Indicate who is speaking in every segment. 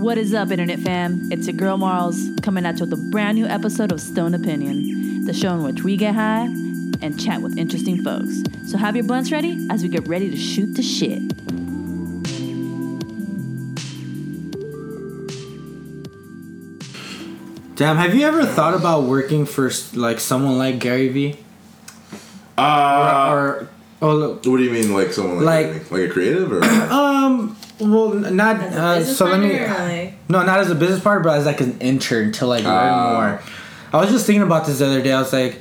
Speaker 1: What is up, Internet fam? It's your girl Marls coming at you with a brand new episode of Stone Opinion, the show in which we get high and chat with interesting folks. So have your blunts ready as we get ready to shoot the shit.
Speaker 2: Damn, have you ever thought about working for like someone like Gary Vee?
Speaker 3: Uh,
Speaker 2: or oh, look,
Speaker 3: what do you mean, like someone like
Speaker 2: Like-
Speaker 3: like, like a creative or a
Speaker 2: um, well, n- not uh, so. Let me. No, not as a business partner, but as like an intern to like learn
Speaker 3: Ah.
Speaker 2: more. I was just thinking about this the other day. I was like,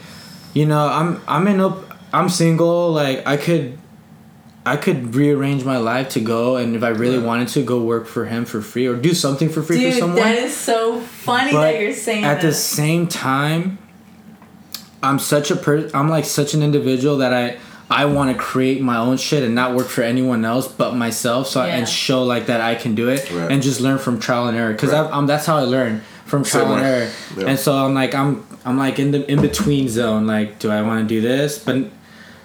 Speaker 2: you know, I'm I'm in op- I'm single. Like I could, I could rearrange my life to go and if I really wanted to go work for him for free or do something for free
Speaker 4: Dude,
Speaker 2: for someone.
Speaker 4: that is so funny that you're saying
Speaker 2: at the
Speaker 4: that.
Speaker 2: same time, I'm such a per- I'm like such an individual that I I want to create my own shit and not work for anyone else but myself. So
Speaker 4: Yeah.
Speaker 2: and show like that I can do it
Speaker 3: Right.
Speaker 2: and just learn from trial and error because
Speaker 3: Right.
Speaker 2: I'm that's how I learn from
Speaker 3: Same
Speaker 2: trial and
Speaker 3: way.
Speaker 2: error.
Speaker 3: Yeah.
Speaker 2: And so I'm like I'm I'm like in the in between zone. Like, do I want to do this? But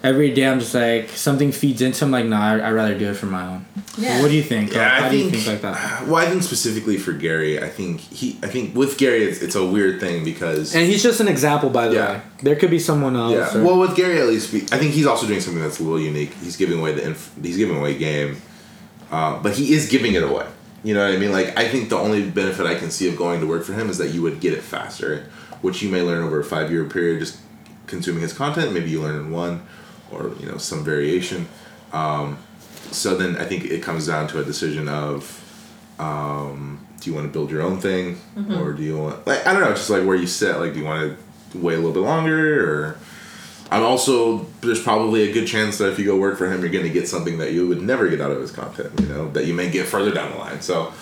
Speaker 2: every day I'm just like something feeds into. I'm like, no, I, I'd rather do it for my own.
Speaker 4: Yeah.
Speaker 2: What do you think?
Speaker 3: Yeah,
Speaker 2: Like,
Speaker 3: I
Speaker 2: how do you
Speaker 3: think-
Speaker 2: think like that?
Speaker 3: Well, I think specifically for Gary, I think he, I think with Gary, it's, it's a weird thing because
Speaker 2: And he's just an example, by the
Speaker 3: Yeah.
Speaker 2: way. There could be someone else.
Speaker 3: yeah.
Speaker 2: or-
Speaker 3: Well, with Gary at least, we, I think he's also doing something that's a little unique. He's giving away the inf- he's giving away game, uh, but he is giving it away. You know what I mean? Like I think the only benefit I can see of going to work for him is that you would get it faster, which you may learn over a five year period just consuming his content. Maybe you learn in one, or you know some variation. Um, so then I think it comes down to a decision of. Um, do you want to build your own thing,
Speaker 2: Mm-hmm.
Speaker 3: or do you want like I don't know, it's just like where you sit. Like, do you want to wait a little bit longer, or I'm also there's probably a good chance that if you go work for him, you're going to get something that you would never get out of his content. You know that you may get further down the line. So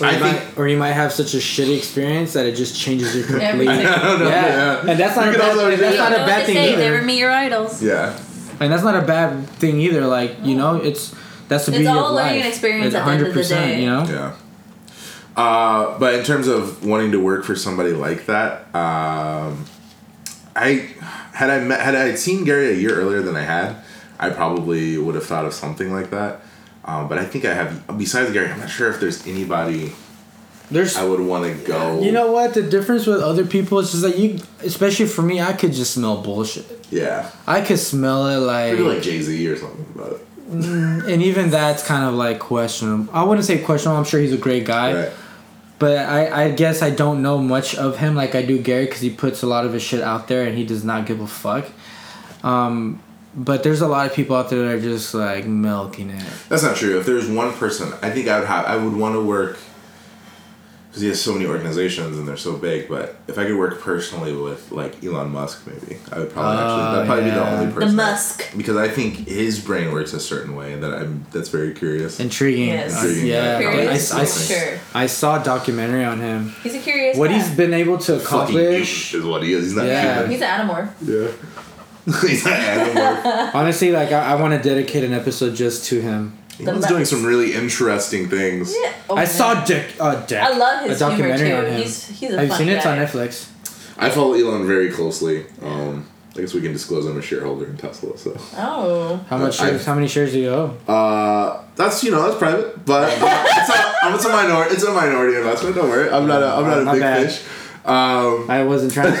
Speaker 2: Or
Speaker 3: I
Speaker 2: you,
Speaker 3: think
Speaker 2: might, or you might have such a shitty experience that it just changes your complete.
Speaker 4: Everything.
Speaker 2: yeah.
Speaker 4: I
Speaker 3: don't know, yeah.
Speaker 2: and that's not
Speaker 3: You
Speaker 2: a
Speaker 3: could
Speaker 2: bad,
Speaker 3: also-
Speaker 2: and that's
Speaker 3: yeah.
Speaker 2: not a bad thing either.
Speaker 4: meet your idols.
Speaker 3: yeah,
Speaker 2: and that's not a bad thing either. Like you know, it's that's the
Speaker 4: It's
Speaker 2: beauty
Speaker 4: all
Speaker 2: of
Speaker 4: a learning
Speaker 2: life.
Speaker 4: experience
Speaker 2: It's
Speaker 4: at the end of the
Speaker 2: 100%,
Speaker 4: day.
Speaker 2: You know,
Speaker 3: yeah. Uh, but in terms of wanting to work for somebody like that, um, I had I met had I seen Gary a year earlier than I had, I probably would have thought of something like that. Um, but I think I have besides Gary, I'm not sure if there's anybody
Speaker 2: there's.
Speaker 3: I would want to go.
Speaker 2: You know what? The difference with other people is just that you, especially for me, I could just smell bullshit.
Speaker 3: yeah,
Speaker 2: I could smell it like,
Speaker 3: maybe like Jay Z or something about it.
Speaker 2: and even that's kind of like questionable. I wouldn't say questionable. I'm sure he's a great guy.
Speaker 3: Right.
Speaker 2: But I, I guess I don't know much of him like I do Gary because he puts a lot of his shit out there and he does not give a fuck. Um, but there's a lot of people out there that are just like milking it.
Speaker 3: That's not true. If there's one person, I think I would have. I would want to work because he has so many organizations and they're so big. But if I could work personally with like Elon Musk, maybe I would probably
Speaker 2: Oh,
Speaker 3: actually. That'd probably be the
Speaker 2: yeah.
Speaker 3: only
Speaker 4: The
Speaker 3: person.
Speaker 4: Musk.
Speaker 3: Because I think his brain works a certain way that I'm. That's very curious.
Speaker 2: Intriguing.
Speaker 4: Yes.
Speaker 2: Uh,
Speaker 3: Intriguing,
Speaker 2: yeah.
Speaker 3: yeah.
Speaker 2: I, I,
Speaker 4: Curious,
Speaker 2: I,
Speaker 4: sure.
Speaker 2: I saw a documentary on him.
Speaker 4: He's a curious
Speaker 2: What
Speaker 4: guy.
Speaker 2: he's been able to
Speaker 3: Fucking human
Speaker 2: accomplish.
Speaker 3: is what he is. He's not
Speaker 2: Yeah.
Speaker 3: human.
Speaker 4: He's an animorph.
Speaker 3: Yeah. He's not animal.
Speaker 2: Honestly, like I, I want to dedicate an episode just to him.
Speaker 3: Elon's doing some really interesting things.
Speaker 4: Yeah. Oh,
Speaker 2: I
Speaker 4: man.
Speaker 2: saw Dick. Uh, Dick.
Speaker 4: I love his
Speaker 2: a documentary
Speaker 4: humor too.
Speaker 2: on him.
Speaker 4: He's he's a
Speaker 2: Have you
Speaker 4: fun
Speaker 2: seen it? It's on
Speaker 4: guy.
Speaker 2: Netflix.
Speaker 3: I follow Elon very closely. Um, I guess we can disclose I'm a shareholder in Tesla. So.
Speaker 4: Oh.
Speaker 2: How much
Speaker 3: I-
Speaker 2: shares? How many shares do you owe?
Speaker 3: Uh, that's you know that's private, but it's a, I'm- it's a minority. It's a minority investment. Don't worry, I'm not a I'm not a
Speaker 2: My
Speaker 3: big
Speaker 2: bad.
Speaker 3: fish. Um,
Speaker 2: I wasn't trying to.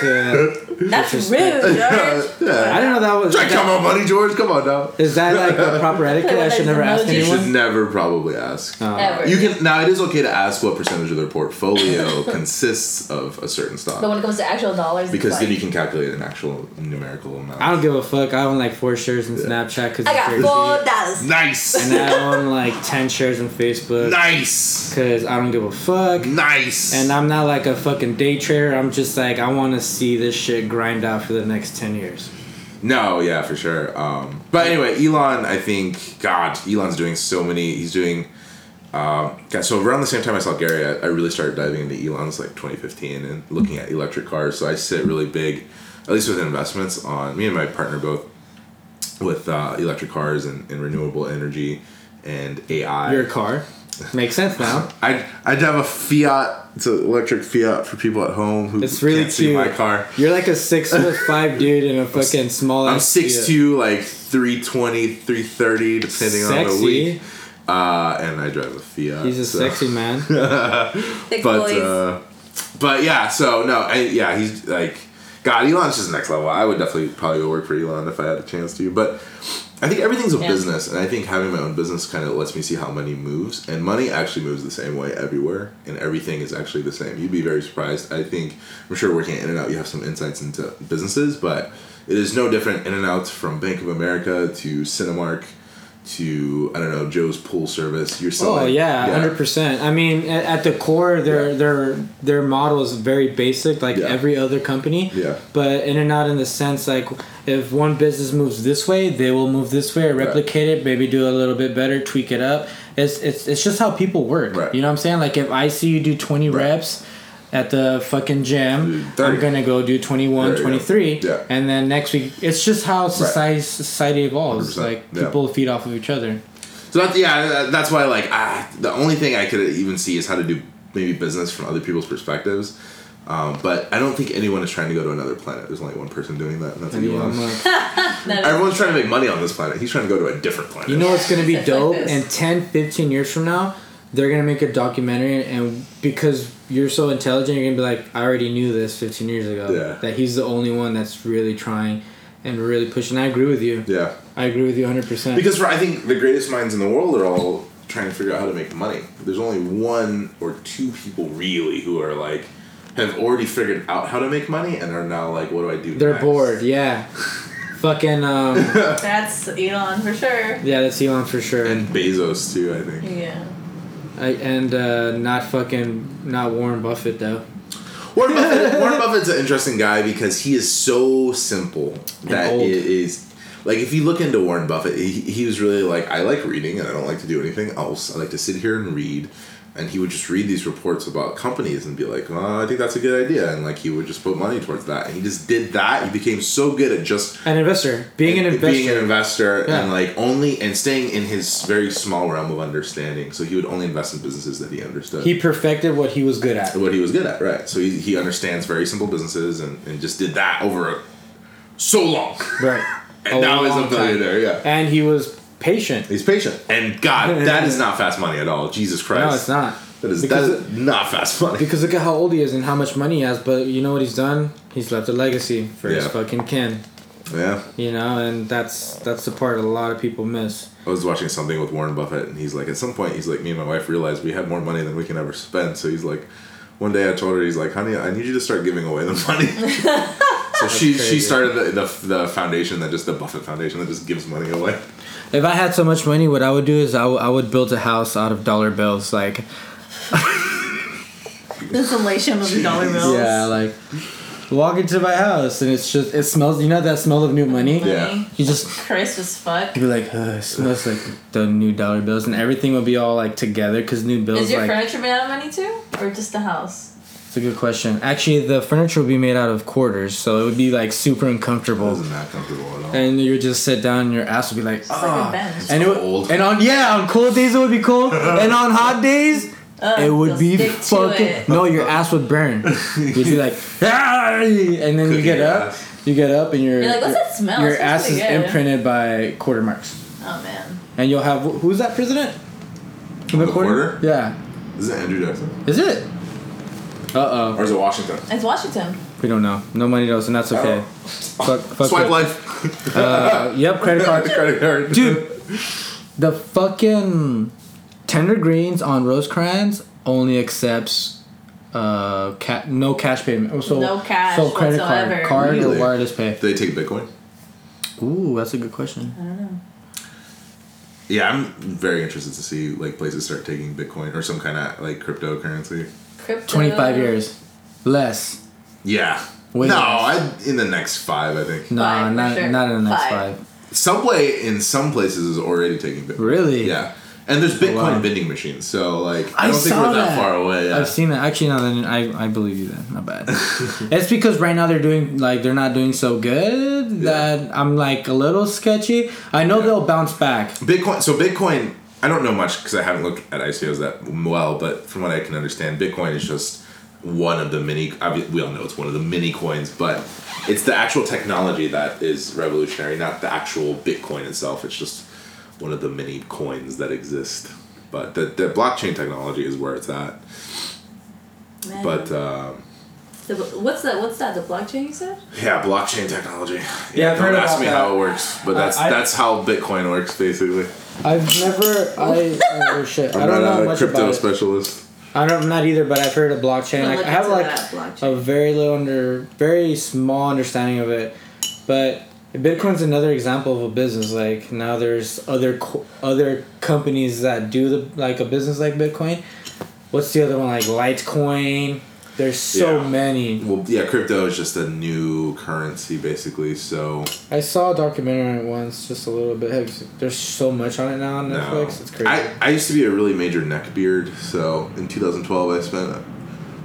Speaker 2: uh,
Speaker 4: That's rude,
Speaker 2: Disrespect.
Speaker 4: George.
Speaker 3: yeah.
Speaker 2: I didn't know that was.
Speaker 3: Try come on, buddy George. Come on now.
Speaker 2: Is that like the proper etiquette? I should never ask
Speaker 4: You
Speaker 3: You
Speaker 2: anyone.
Speaker 3: should never probably ask.
Speaker 2: Oh.
Speaker 4: Ever.
Speaker 3: You can now. It is okay to ask what percentage of their portfolio consists of a certain
Speaker 4: But
Speaker 3: stock,
Speaker 4: when it comes to actual dollars,
Speaker 3: because
Speaker 4: it's
Speaker 3: then
Speaker 4: like,
Speaker 3: you can calculate an actual numerical amount.
Speaker 2: I don't give a fuck. I own like four shares in Snapchat because
Speaker 4: I got four dollars.
Speaker 3: nice,
Speaker 2: And I own like ten shares in Facebook
Speaker 3: nice,
Speaker 2: because I don't give a fuck.
Speaker 3: nice.
Speaker 2: And I'm not like a fucking day trader. I'm just like I want to see this shit grind out for the next ten years.
Speaker 3: No, yeah, for sure. Um, but anyway, Elon, I think, God, Elon's doing so many. He's doing. Um, God, so around the same time I saw Gary, I, I really started diving into Elon's like 2015 and looking at electric cars. So I sit really big, at least with investments on me and my partner both with uh, electric cars and, and renewable energy and AI.
Speaker 2: Your car makes sense now.
Speaker 3: I'd, I'd have a Fiat. It's an electric Fiat for people at home who
Speaker 2: It's really
Speaker 3: can't see my
Speaker 2: cute.
Speaker 3: car.
Speaker 2: You're like a six foot five dude in a fucking small.
Speaker 3: I'm
Speaker 2: ass Fiat.
Speaker 3: 6'2", like 320, 330, depending on the
Speaker 2: Sexy.
Speaker 3: week. Uh, and I drive a Fiat.
Speaker 2: He's a
Speaker 3: so-
Speaker 2: sexy man.
Speaker 4: Thick
Speaker 3: But
Speaker 4: boys.
Speaker 3: uh, but yeah, so no, I, yeah, he's like, God, Elon's just next level. I would definitely probably go work for Elon if I had a chance to. But I think everything's a
Speaker 4: Yeah.
Speaker 3: business, and I think having my own business kind of lets me see how money moves, and money actually moves the same way everywhere, and everything is actually the same. You'd be very surprised. I think I'm sure working at In and Out, you have some insights into businesses, but it is no different In and Out from Bank of America to Cinemark. To I don't know Joe's pool service. You're selling.
Speaker 2: Oh yeah, hundred percent. I mean, at, at the core, their
Speaker 3: Yeah.
Speaker 2: their their model is very basic, like
Speaker 3: Yeah.
Speaker 2: every other company.
Speaker 3: Yeah.
Speaker 2: But in and out, in the sense, like if one business moves this way, they will move this way, replicate it, maybe do a little bit better, tweak it up. It's it's it's just how people work.
Speaker 3: Right.
Speaker 2: You know what I'm saying? Like if I see you do twenty
Speaker 3: Right.
Speaker 2: reps. At the fucking
Speaker 3: Dude,
Speaker 2: gym, I'm
Speaker 3: 30.
Speaker 2: gonna go do 21,
Speaker 3: There you go.
Speaker 2: 23,
Speaker 3: Yeah.
Speaker 2: and then next week. It's just how society society evolves.
Speaker 3: 100%.
Speaker 2: Like
Speaker 3: Yeah.
Speaker 2: people feed off of each other.
Speaker 3: So that, yeah, that- that's why like ah, the only thing I could even see is how to do maybe business from other people's perspectives. Um, but I don't think anyone is trying to go to another planet. There's only one person doing that, and that's Elon.
Speaker 2: I'm like-
Speaker 3: Everyone's trying to make money on this planet. He's trying to go to a different planet.
Speaker 2: You know what's gonna be
Speaker 4: Stuff like
Speaker 2: dope?
Speaker 4: this.
Speaker 2: in 10, 15 years from now, they're gonna make a documentary, and because you're so intelligent, you're gonna be like, I already knew this 15 years ago.
Speaker 3: Yeah.
Speaker 2: That he's the only one that's really trying and really pushing. I agree with you.
Speaker 3: Yeah,
Speaker 2: I agree with you 100%.
Speaker 3: because for, I think the greatest minds in the world are all trying to figure out how to make money. There's only one or two people really who are like have already figured out how to make money and are now like, what do I do?
Speaker 2: they're
Speaker 3: next?
Speaker 2: bored, yeah. Fucking, um,
Speaker 4: That's Elon for sure.
Speaker 2: yeah, that's Elon for sure. And,
Speaker 3: And Bezos too, I think.
Speaker 4: Yeah.
Speaker 2: I, and uh, not fucking, not Warren Buffett, though.
Speaker 3: Warren, Buffett, Warren Buffett's an interesting guy because he is so simple that
Speaker 2: old.
Speaker 3: it is like if you look into Warren Buffett, he, he was really like I like reading and I don't like to do anything else. I like to sit here and read, and he would just read these reports about companies and be like, oh, I think that's a good idea, and like he would just put money towards that, and he just did that. He became so good at just
Speaker 2: An investor. Being an
Speaker 3: and
Speaker 2: investor.
Speaker 3: being an investor
Speaker 2: Yeah.
Speaker 3: and like only and staying in his very small realm of understanding. So he would only invest in businesses that he understood
Speaker 2: he perfected what he was good at.
Speaker 3: what he was good at, right? So he, he understands very simple businesses and, and just did that over so long.
Speaker 2: Right.
Speaker 3: And now he's a
Speaker 2: long time.
Speaker 3: billionaire, yeah.
Speaker 2: And he was patient.
Speaker 3: He's patient. And God, that is not fast money at all. Jesus Christ.
Speaker 2: No, it's not.
Speaker 3: That is, that
Speaker 2: Because-
Speaker 3: is not fast money.
Speaker 2: Because look at how old he is and how much money he has, but you know what he's done? He's left a legacy for his
Speaker 3: Yeah.
Speaker 2: fucking kin.
Speaker 3: Yeah.
Speaker 2: You know, and that's that's the part a lot of people miss.
Speaker 3: I was watching something with Warren Buffett, and he's like, at some point, he's like, me and my wife realized we have more money than we can ever spend. So he's like, one day I told her, he's like, honey, I need you to start giving away the money. so she,
Speaker 2: crazy.
Speaker 3: she started the, the, the foundation that just, the Buffett Foundation that just gives money away.
Speaker 2: If I had so much money, what I would do is I would- I would build a house out of dollar bills, like
Speaker 4: The installation of the dollar bills.
Speaker 2: yeah, like walk into my house and it's just it smells. You know that smell of new money.
Speaker 3: Yeah.
Speaker 2: You just
Speaker 4: Crisp as fuck.
Speaker 2: you'd be like, Ugh, it smells like the new dollar bills, and everything would be all like together because new
Speaker 4: Is
Speaker 2: bills
Speaker 4: your
Speaker 2: like.
Speaker 4: furniture made out of money too, or just the house?
Speaker 2: It's a good question. Actually, the furniture would be made out of quarters, so it would be like super
Speaker 3: It
Speaker 2: uncomfortable.
Speaker 3: wasn't that comfortable at all.
Speaker 2: and you would just sit down and your ass would be like,
Speaker 4: like a
Speaker 2: ah.
Speaker 4: bench.
Speaker 2: and it would,
Speaker 3: Cold.
Speaker 2: and on yeah, on cold days it would be cold, and on hot days
Speaker 4: Ugh,
Speaker 2: it would
Speaker 4: you'll
Speaker 2: be
Speaker 4: stick to
Speaker 2: fucking
Speaker 4: it.
Speaker 2: no, your ass would burn. You'd be like, "Ah!" and then you
Speaker 3: Cooking
Speaker 2: get
Speaker 3: your
Speaker 2: up,
Speaker 3: ass.
Speaker 2: you get up, and your
Speaker 4: You're like, "What's that smell?
Speaker 2: Your
Speaker 4: It smells
Speaker 2: ass is
Speaker 4: pretty good."
Speaker 2: imprinted by quarter marks,
Speaker 4: Oh man.
Speaker 2: and you'll have wh- who's that president? The
Speaker 3: quarter?
Speaker 2: Yeah,
Speaker 3: Is it Andrew Jackson?
Speaker 2: is it? Uh oh,
Speaker 3: Or is it Washington?
Speaker 4: It's Washington.
Speaker 2: we don't know. No money knows, and that's okay. Fuck, fuck
Speaker 3: Swipe
Speaker 2: it.
Speaker 3: life.
Speaker 2: Uh, yep, credit card.
Speaker 3: Credit card.
Speaker 2: dude. The fucking tender greens on Rosecrans only accepts uh ca- no cash payment. Oh, So,
Speaker 4: No cash
Speaker 2: So credit
Speaker 4: whatsoever.
Speaker 2: card, card
Speaker 3: Really?
Speaker 2: or wireless pay.
Speaker 3: They take Bitcoin.
Speaker 2: Ooh, that's a good
Speaker 4: Uh,
Speaker 2: question.
Speaker 3: Yeah, I'm very interested to see like places start taking Bitcoin or some kind of like cryptocurrency.
Speaker 4: Crypto.
Speaker 2: Twenty five years, less.
Speaker 3: Yeah.
Speaker 2: Way
Speaker 3: no, I,
Speaker 2: less.
Speaker 3: in the next five, I think.
Speaker 2: No,
Speaker 4: Five, for
Speaker 2: not
Speaker 4: sure.
Speaker 2: not in the next five.
Speaker 4: Five.
Speaker 3: Subway in some places is already taking Bitcoin.
Speaker 2: Really?
Speaker 3: Yeah. And there's Bitcoin
Speaker 2: wow.
Speaker 3: vending machines, so like I,
Speaker 2: I
Speaker 3: don't think
Speaker 2: saw
Speaker 3: we're that,
Speaker 2: that.
Speaker 3: far away. Yeah.
Speaker 2: I've seen that. Actually, no, then I, I believe you then. Not bad. it's because right now they're doing like they're not doing so good that I'm like a little sketchy. I know they'll bounce back.
Speaker 3: Bitcoin. So Bitcoin. I don't know much because I haven't looked at ICOs that well, but from what I can understand, Bitcoin is just one of the many. I mean, we all know it's one of the many coins, but it's the actual technology that is revolutionary, not the actual Bitcoin itself. It's just one of the many coins that exist. But the, the blockchain technology is where it's at.
Speaker 4: Man.
Speaker 3: But um,
Speaker 4: The- what's that? What's that? The blockchain you said?
Speaker 3: yeah, blockchain technology.
Speaker 2: Yeah, I've
Speaker 3: don't
Speaker 2: heard
Speaker 3: ask
Speaker 2: about
Speaker 3: me
Speaker 2: that.
Speaker 3: how it works, but that's
Speaker 2: I-
Speaker 3: that's how Bitcoin works basically.
Speaker 2: I've never. I oh shit.
Speaker 3: I'm
Speaker 2: I don't
Speaker 3: not
Speaker 2: know
Speaker 3: a
Speaker 2: much
Speaker 3: crypto
Speaker 2: about it.
Speaker 3: specialist.
Speaker 2: I don't. I'm not either. But I've heard of blockchain.
Speaker 4: I'm gonna
Speaker 2: Like,
Speaker 4: look
Speaker 2: I have
Speaker 4: into
Speaker 2: like
Speaker 4: that blockchain.
Speaker 2: a very little under, very small understanding of it. But Bitcoin's another example of a business. Like now, there's other co- other companies that do the like a business like Bitcoin. What's the other one like Litecoin? There's so
Speaker 3: Yeah.
Speaker 2: many.
Speaker 3: Well, yeah, crypto is just a new currency basically. So
Speaker 2: I saw a documentary on it once, just a little bit. Have you- There's so much on it now on
Speaker 3: no.
Speaker 2: Netflix. It's crazy.
Speaker 3: I, I used to be a really major neck beard. So in 2012, I spent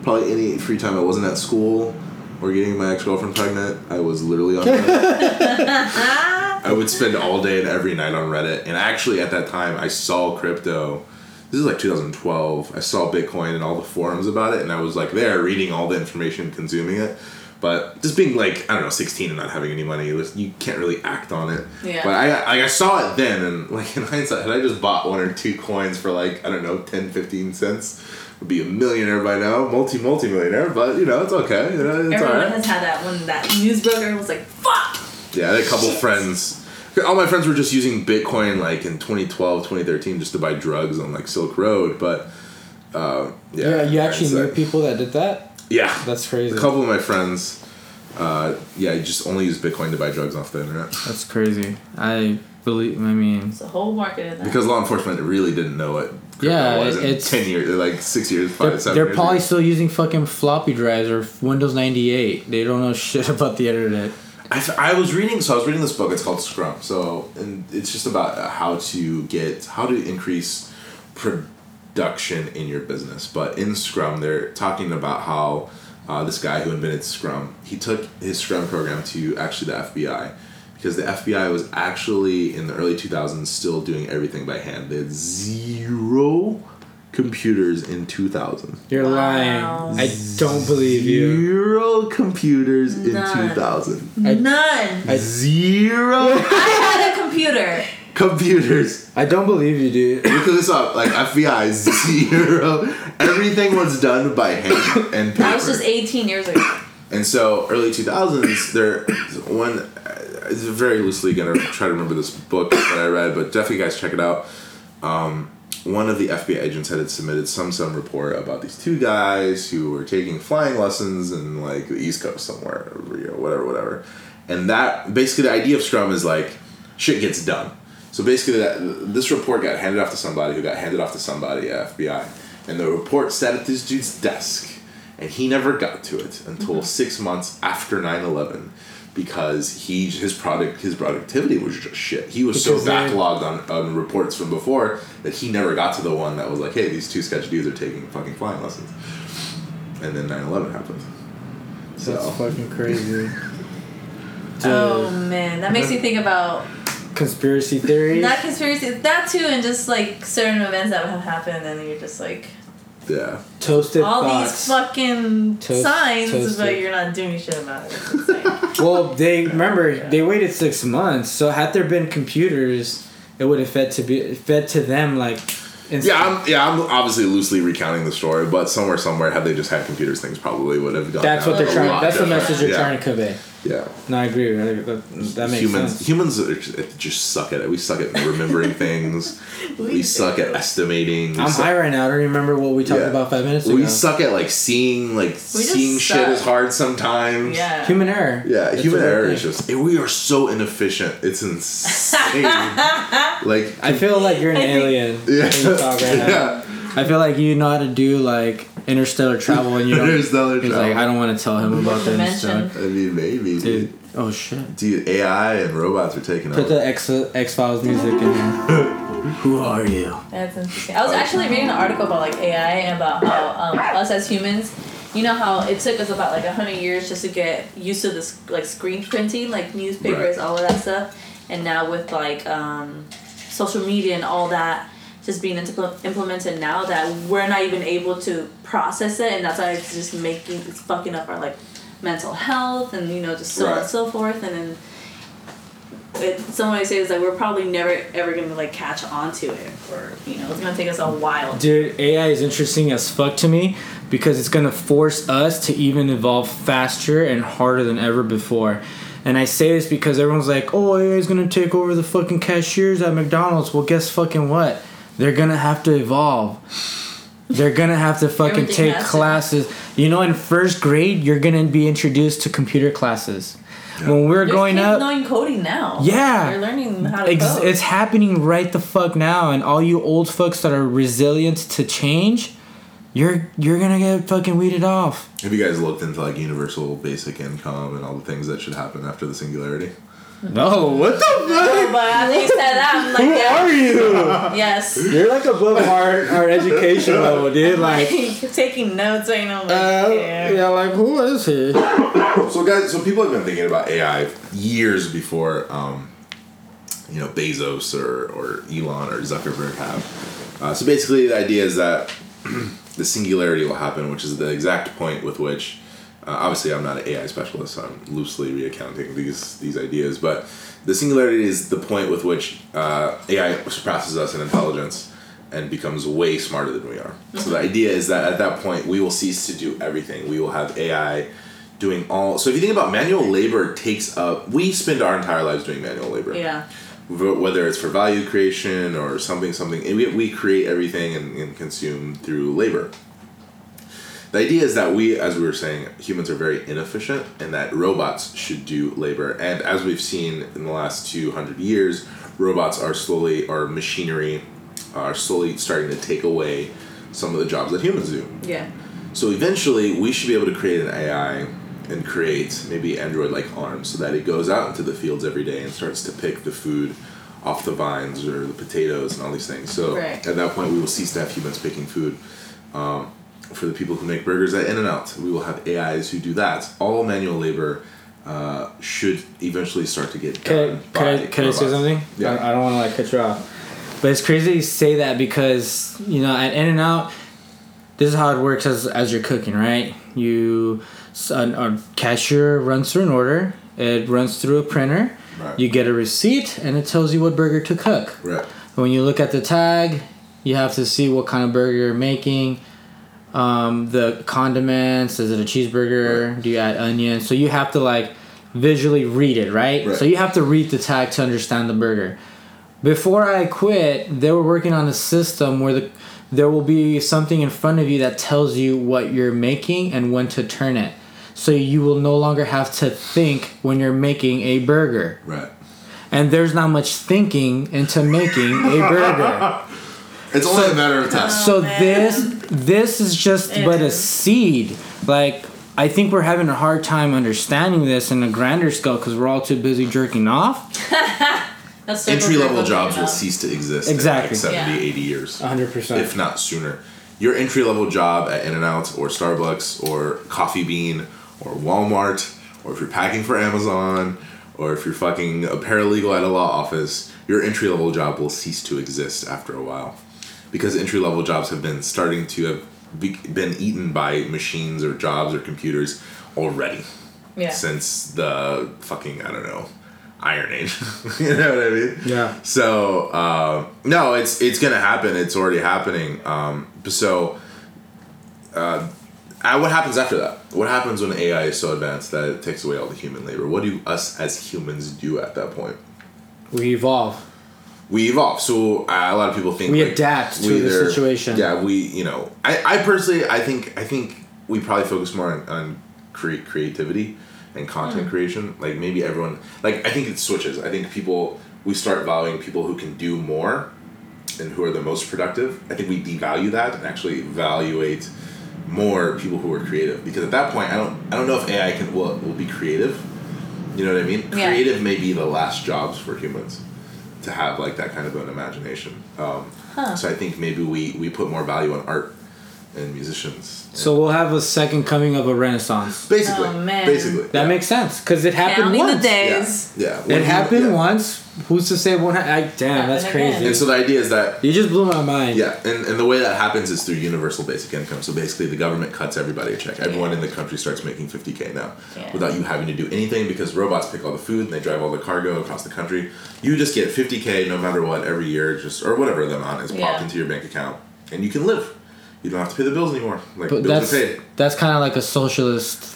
Speaker 3: probably any free time I wasn't at school or getting my ex girlfriend pregnant. I was literally on. Reddit. I would spend all day and every night on Reddit. And actually, at that time, I saw crypto. This is like 2012. I saw Bitcoin and all the forums about it, and I was like there reading all the information, consuming it. But just being like I don't know, 16 and not having any money, it was- you can't really act on it.
Speaker 4: Yeah.
Speaker 3: But I, I I saw it then, and like in hindsight, had I just bought one or two coins for like I don't know, 10, 15 cents, would be a millionaire by now, multi multi millionaire. But you know, it's okay. You know, it's all
Speaker 4: Everyone
Speaker 3: right.
Speaker 4: has had that when that news broke. Everyone was like, "Fuck."
Speaker 3: Yeah, I had a couple
Speaker 4: Shit.
Speaker 3: friends. All my friends were just using Bitcoin like in 2012, 2013 just to buy drugs on like Silk Road, but uh,
Speaker 2: yeah,
Speaker 3: yeah.
Speaker 2: you actually
Speaker 3: it's
Speaker 2: knew
Speaker 3: like-
Speaker 2: people that did that.
Speaker 3: Yeah.
Speaker 2: That's crazy.
Speaker 3: a couple of my friends, uh, yeah, just only use Bitcoin to buy drugs off the internet.
Speaker 2: That's crazy. I believe. I mean,
Speaker 4: It's the whole market in that.
Speaker 3: Because law enforcement really didn't know what crypto
Speaker 2: Yeah,
Speaker 3: was in
Speaker 2: it's-
Speaker 3: 10 years, like six years, 5
Speaker 2: they're,
Speaker 3: seven
Speaker 2: they're
Speaker 3: years
Speaker 2: probably
Speaker 3: ago.
Speaker 2: still using fucking floppy drives or Windows ninety eight. They don't know shit about the internet.
Speaker 3: I, f- I was reading so I was reading this book. It's called Scrum. So and it's just about how to get how to increase production in your business. But in Scrum, they're talking about how uh, this guy who invented Scrum he took his Scrum program to actually the FBI because the FBI was actually in the early two thousands still doing everything by hand. They had zero computers in two thousand.
Speaker 2: You're
Speaker 4: Wow.
Speaker 2: lying. I don't believe you.
Speaker 3: Zero computers in
Speaker 4: None.
Speaker 3: two thousand.
Speaker 4: None. I,
Speaker 3: Zero
Speaker 4: had a computer.
Speaker 3: computers.
Speaker 2: I don't believe you, dude.
Speaker 3: Look this up. uh, Like FBI zero. Everything was done by hand and paper.
Speaker 4: I was just 18 years ago.
Speaker 3: and so early two thousands. There, one. It's very loosely gonna try to remember this book that I read, but definitely guys check it out. Um, one of the FBI agents had submitted some some report about these two guys who were taking flying lessons in like the East Coast somewhere, Rio, whatever, whatever. And that basically the idea of Scrum is like shit gets done. So basically, that this report got handed off to somebody who got handed off to somebody at FBI, and the report sat at this dude's desk, and he never got to it until six months after 9-11 because he his product his productivity was just shit. He was
Speaker 2: Because
Speaker 3: so
Speaker 2: they-
Speaker 3: backlogged on, on reports from before that he never got to the one that was like, hey, these two sketch dudes are taking fucking flying lessons, and then 9-11 happened. So
Speaker 2: That's fucking crazy. Dude,
Speaker 4: Oh man, that makes me think about
Speaker 2: conspiracy theories.
Speaker 4: not conspiracy, that too, and just like certain events that have happened, and you're just like
Speaker 3: yeah,
Speaker 2: toasted
Speaker 4: all
Speaker 2: thoughts.
Speaker 4: these fucking
Speaker 2: Toast-
Speaker 4: signs, but
Speaker 2: toasted.
Speaker 4: you're not doing shit about it. It's like,
Speaker 2: well, they remember they waited six months. So had there been computers, it would have fed to be fed to them like.
Speaker 3: yeah, I'm, yeah. I'm obviously loosely recounting the story, but somewhere, somewhere, had they just had computers, things probably would have gone.
Speaker 2: that's
Speaker 3: down
Speaker 2: what they're
Speaker 3: a
Speaker 2: trying.
Speaker 3: lot
Speaker 2: That's the
Speaker 3: different.
Speaker 2: message they're
Speaker 3: yeah.
Speaker 2: trying to convey.
Speaker 3: Yeah.
Speaker 2: No, I agree. That, that, that makes
Speaker 3: humans
Speaker 2: sense.
Speaker 3: humans are just, just suck at it. We suck at remembering things. We suck at estimating. We
Speaker 2: I'm
Speaker 3: suck-
Speaker 2: high right now. I don't remember what we talked
Speaker 3: Yeah.
Speaker 2: about five minutes ago.
Speaker 3: We suck at like seeing like
Speaker 4: just
Speaker 3: seeing shit
Speaker 4: suck.
Speaker 3: is hard sometimes.
Speaker 4: yeah.
Speaker 2: Human error.
Speaker 3: Yeah,
Speaker 2: That's
Speaker 3: human
Speaker 2: a real
Speaker 3: error is
Speaker 2: thing.
Speaker 3: just we are so inefficient. It's insane. like
Speaker 2: I feel like you're an alien
Speaker 3: yeah,
Speaker 2: when you talk right now.
Speaker 3: yeah.
Speaker 2: I feel like you know how to do like interstellar travel, and you don't.
Speaker 3: Interstellar
Speaker 2: He's
Speaker 3: travel.
Speaker 2: like, I don't want to tell him about that.
Speaker 4: Dimension.
Speaker 2: interstellar-
Speaker 3: I mean, maybe dude.
Speaker 2: Dude, oh shit!
Speaker 3: Dude, AI and robots are taking
Speaker 2: Put
Speaker 3: over.
Speaker 2: the X X Files music in here. Who are you?
Speaker 4: That's interesting. I was actually reading an article about like AI and about how um, us as humans, you know how it took us about like hundred years just to get used to this like screen printing, like newspapers, all of that stuff, and now with like um, social media and all that just being impl- implemented now that we're not even able to process it, and that's why it's just making it's fucking up our like mental health and you know just so on
Speaker 3: Right.
Speaker 4: and so forth, and then it, someone I say is like we're probably never ever gonna like catch on to it, or you know, it's gonna take us a while.
Speaker 2: Dude, AI is interesting as fuck to me because it's going to force us to even evolve faster and harder than ever before. And I say this because everyone's like, oh, AI is going to take over the fucking cashiers at McDonald's. Well, guess fucking what? They're going to have to evolve. They're going to have to fucking
Speaker 4: Everything
Speaker 2: take
Speaker 4: has to.
Speaker 2: classes. You know, in first grade, you're going to be introduced to computer classes. When we we're
Speaker 4: There's
Speaker 2: growing
Speaker 4: kids
Speaker 2: up.
Speaker 4: knowing coding now.
Speaker 2: Yeah.
Speaker 4: they're learning how to
Speaker 2: Ex-
Speaker 1: Oh.
Speaker 4: code.
Speaker 2: it's happening right the fuck now, and all you old fucks that are resilient to change, you're you're gonna get fucking weeded off.
Speaker 3: Have you guys looked into like universal basic income and all the things that should happen after the singularity?
Speaker 2: No, what the
Speaker 4: but after you said that, I'm like, yeah,
Speaker 2: you?
Speaker 4: yes.
Speaker 2: You're like above our our education level, dude. uh,
Speaker 4: taking notes right now. I'm Like, yeah.
Speaker 2: like who is he?
Speaker 3: So guys, so people have been thinking about AI years before, um, you know, Bezos or, or Elon or Zuckerberg have. Uh, so basically, the idea is that the singularity will happen, which is the exact point with which. Uh, obviously, I'm not an AI specialist, so I'm loosely reaccounting these these ideas. But the singularity is the point with which uh, AI surpasses us in intelligence and becomes way smarter than we are. So the idea is that at that point, we will cease to do everything. We will have AI doing all. So if you think about manual labor, takes up. We spend our entire lives doing manual labor
Speaker 4: Yeah.
Speaker 3: v- whether it's for value creation or something, something, and we, we create everything and, and consume through labor. The idea is that we, as we were saying, humans are very inefficient and that robots should do labor. And as we've seen in the last 200 years, robots are slowly, or machinery are slowly starting to take away some of the jobs that humans do.
Speaker 4: Yeah.
Speaker 3: So eventually, we should be able to create an AI and create maybe android-like arms so that it goes out into the fields every day and starts to pick the food off the vines or the potatoes and all these things. So
Speaker 4: Right.
Speaker 3: at that point, we will cease to have humans picking food. Um, for the people who make burgers at In-N-Out, we will have AIs who do that. All manual labor uh, should eventually start to get
Speaker 2: Can,
Speaker 3: done.
Speaker 2: I- can, I,
Speaker 3: by
Speaker 2: can I say
Speaker 3: robots.
Speaker 2: something? Uh,
Speaker 3: Yeah.
Speaker 2: I, I don't want to like cut you off. But it's crazy you say that because, you know, at In and Out, this is how it works as, as you're cooking, right? You, s- an, a cashier runs through an order, it runs through a printer,
Speaker 3: Right.
Speaker 2: you get a receipt, and it tells you what burger to cook.
Speaker 3: Right.
Speaker 2: When you look at the tag, you have to see what kind of burger you're making. Um, the condiments, is it a cheeseburger? Do you add onion? So you have to like visually read it, right?
Speaker 3: Right.
Speaker 2: So you have to read the tag to understand the burger. Before I quit, they were working on a system where the there will be something in front of you that tells you what you're making and when to turn it. So you will no longer have to think when you're making a burger
Speaker 3: Right.
Speaker 2: and there's not much thinking into making a burger.
Speaker 3: It's only a matter of time.
Speaker 2: so
Speaker 4: Oh, man.
Speaker 2: this this is just
Speaker 4: It
Speaker 2: but a
Speaker 4: is.
Speaker 2: seed. Like I think we're having a hard time understanding this in a grander scale because we're all too busy jerking off.
Speaker 4: That's so
Speaker 3: Entry level
Speaker 4: cool.
Speaker 3: jobs will cease to exist
Speaker 2: Exactly. Uh-huh.
Speaker 3: in like 70,
Speaker 4: Yeah.
Speaker 3: 80 years.
Speaker 2: 100.
Speaker 3: if not sooner. Your entry level job at In N Out or Starbucks or Coffee Bean or Walmart or if you're packing for Amazon or if you're fucking a paralegal at a law office, your entry level job will cease to exist after a while. Because entry level jobs have been starting to have be- been eaten by machines or jobs or computers already
Speaker 4: Yeah.
Speaker 3: since the fucking I don't know Iron Age. you know what I mean?
Speaker 2: Yeah.
Speaker 3: So uh, no, it's it's gonna happen. It's already happening. Um, so uh, uh, what happens after that? What happens when AI is so advanced that it takes away all the human labor? What do us as humans do at that point?
Speaker 2: We evolve.
Speaker 3: we evolve. So uh, a lot of people think
Speaker 2: We
Speaker 3: like,
Speaker 2: adapt to
Speaker 3: we
Speaker 2: the situation.
Speaker 3: Yeah, we you know, I, I personally I think I think we probably focus more on, on cre- creativity and content creation. Like maybe everyone like I think it switches. I think people we start valuing people who can do more and who are the most productive. I think we devalue that and actually evaluate more people who are creative because at that point I don't I don't know if AI can will, will be creative. You know what I mean?
Speaker 4: Yeah.
Speaker 3: Creative may be the last jobs for humans to have like that kind of an imagination. Um, So I think maybe we, we put more value on art and musicians.
Speaker 2: So we'll have a second coming of a renaissance.
Speaker 3: basically,
Speaker 4: Oh, man.
Speaker 3: basically,
Speaker 2: That
Speaker 3: yeah.
Speaker 2: makes sense because it happened
Speaker 4: Counting
Speaker 2: once.
Speaker 4: the days.
Speaker 3: yeah, yeah.
Speaker 2: It happened
Speaker 3: yeah.
Speaker 2: once. Who's to say it won't? Ha- I, damn, that's
Speaker 4: Happen again.
Speaker 2: crazy.
Speaker 3: And so the idea is that
Speaker 2: you just blew my mind.
Speaker 3: yeah, and, and the way that happens is through universal basic income. So basically, the government cuts everybody a check. Everyone in the country starts making 50k now
Speaker 4: Yeah.
Speaker 3: without you having to do anything because robots pick all the food and they drive all the cargo across the country. You just get 50k no matter what every year, just or whatever the amount is popped
Speaker 4: Yeah.
Speaker 3: into your bank account, and you can live. You don't have to pay the bills anymore. Like
Speaker 2: But
Speaker 3: bills
Speaker 2: that's
Speaker 3: are paid.
Speaker 2: that's kind of like a socialist.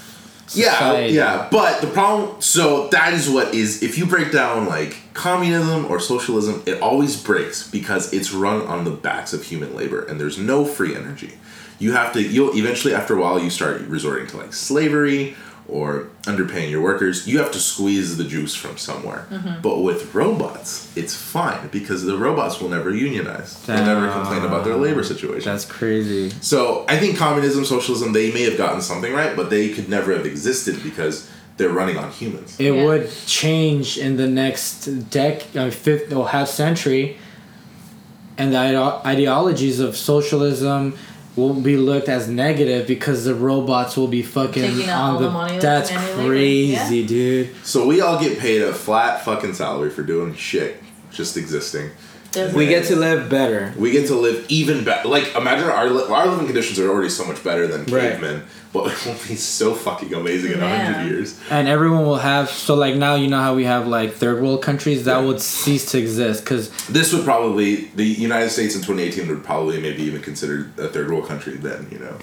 Speaker 3: Yeah,
Speaker 2: society.
Speaker 3: yeah. But the problem, so that is what is. If you break down like communism or socialism, it always breaks because it's run on the backs of human labor, and there's no free energy. You have to. You'll eventually, after a while, you start resorting to like slavery or underpaying your workers. You have to squeeze the juice from somewhere. But with robots, it's fine because the robots will never unionize. They never complain about their labor situation.
Speaker 2: That's crazy.
Speaker 3: So I think communism, socialism, they may have gotten something right, but they could never have existed because they're running on humans.
Speaker 2: It
Speaker 4: Yeah.
Speaker 2: would change in the next dec, uh, fifth or half century, and the ide- ideologies of socialism will be looked as negative because the robots will be fucking
Speaker 4: Taking out all
Speaker 2: on the.
Speaker 4: the money that's
Speaker 2: that's
Speaker 4: manually made,
Speaker 2: crazy, dude.
Speaker 3: So we all get paid a flat fucking salary for doing shit, just existing.
Speaker 4: There's
Speaker 2: We
Speaker 4: a-
Speaker 2: get to live better.
Speaker 3: We get to live even better. Like imagine our li- our living conditions are already so much better than
Speaker 2: Right.
Speaker 3: cavemen, but it will be so fucking amazing in a
Speaker 4: Yeah.
Speaker 3: hundred years.
Speaker 2: and everyone will have so like now you know how we have like third world countries that
Speaker 3: Yeah.
Speaker 2: would cease to exist because
Speaker 3: This would probably the United States in 2018 would probably maybe even considered a third world country then, you know,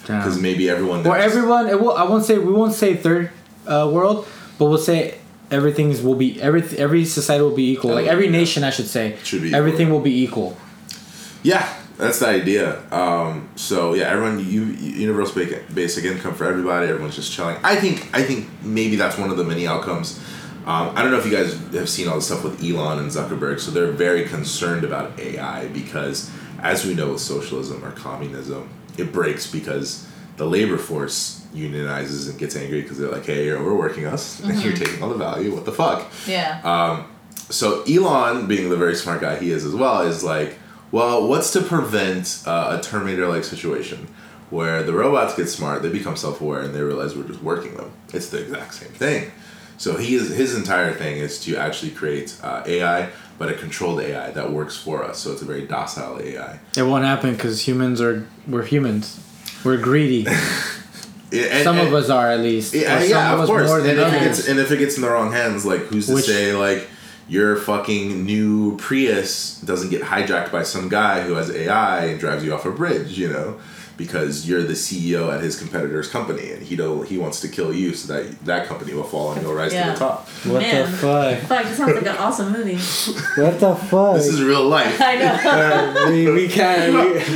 Speaker 3: because maybe everyone
Speaker 2: or
Speaker 3: knows-
Speaker 2: everyone it will, I won't say we won't say third uh, world but we'll say everything's will be every every society will be equal like every
Speaker 3: Yeah.
Speaker 2: nation I should say
Speaker 3: Should be
Speaker 2: everything
Speaker 3: equal.
Speaker 2: will be equal
Speaker 3: Yeah, that's the idea. Um, so yeah, everyone, you, you universal basic, basic income for everybody. Everyone's just chilling. I think I think maybe that's one of the many outcomes. Um, I don't know if you guys have seen all the stuff with Elon and Zuckerberg. So they're very concerned about AI because, as we know with socialism or communism, it breaks because the labor force unionizes and gets angry because they're like, "Hey, you're overworking us. and You're taking all the value. What the fuck?"
Speaker 4: Yeah.
Speaker 3: so Elon, being the very smart guy he is as well, is like, well, what's to prevent uh, a Terminator-like situation where the robots get smart, they become self-aware, and they realize we're just working them? It's the exact same thing. So he is his entire thing is to actually create uh, AI, but a controlled AI that works for us. So it's a very docile AI.
Speaker 2: it won't happen because humans are we're humans we're greedy
Speaker 3: Yeah, and-
Speaker 2: some of
Speaker 3: and-
Speaker 2: us are at least
Speaker 3: Yeah,
Speaker 2: or some
Speaker 3: yeah,
Speaker 2: of
Speaker 3: of
Speaker 2: us
Speaker 3: course.
Speaker 2: more
Speaker 3: And
Speaker 2: than
Speaker 3: if, it
Speaker 2: others
Speaker 3: gets, and if it gets in the wrong hands, like who's to
Speaker 2: Which-
Speaker 3: say like your fucking new Prius doesn't get hijacked by some guy who has AI and drives you off a bridge, you know? Because you're the CEO at his competitor's company, and he don't, he wants to kill you so that that company will fall and you'll rise to
Speaker 4: Yeah.
Speaker 3: the top.
Speaker 2: what
Speaker 4: Man.
Speaker 2: the fuck
Speaker 4: Fuck, this sounds like an awesome movie.
Speaker 2: what the fuck
Speaker 3: This is real life.
Speaker 4: I know.
Speaker 2: we, we can't. We,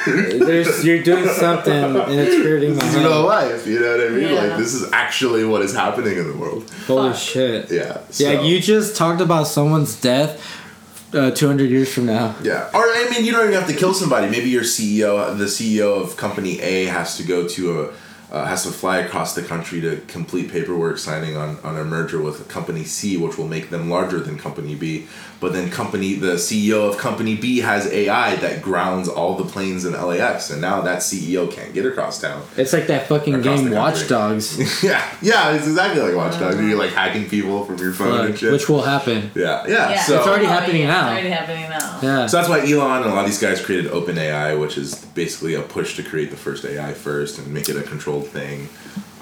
Speaker 2: there's, you're doing something and it's hurting my
Speaker 3: This is real
Speaker 2: head.
Speaker 3: life. You know what I mean?
Speaker 4: Yeah.
Speaker 3: Like this is actually what is happening in the world.
Speaker 2: Holy
Speaker 4: Fuck.
Speaker 2: shit.
Speaker 3: Yeah.
Speaker 2: Yeah,
Speaker 3: so-
Speaker 2: you just talked about someone's death uh, 200 years from now.
Speaker 3: Yeah, or I mean, you don't even have to kill somebody. Maybe your CEO, the CEO of company A, has to go to a, uh, has to fly across the country to complete paperwork signing on on a merger with company C, which will make them larger than company B. But then company, the CEO of company B has AI that grounds all the planes in LAX, and now that CEO can't get across town.
Speaker 2: It's like that fucking
Speaker 3: Across
Speaker 2: game
Speaker 3: the country.
Speaker 2: Watch Dogs,
Speaker 3: yeah, yeah, it's exactly like Watch Dogs. where You're like hacking people from your phone
Speaker 2: like,
Speaker 3: and shit.
Speaker 2: which will happen.
Speaker 3: yeah, yeah,
Speaker 4: Yeah.
Speaker 3: So
Speaker 2: It's already
Speaker 4: Oh,
Speaker 2: happening
Speaker 4: yeah,
Speaker 2: now.
Speaker 4: It's already happening now.
Speaker 2: Yeah.
Speaker 3: So that's why Elon and a lot of these guys created OpenAI, which is basically a push to create the first AI first and make it a controlled thing.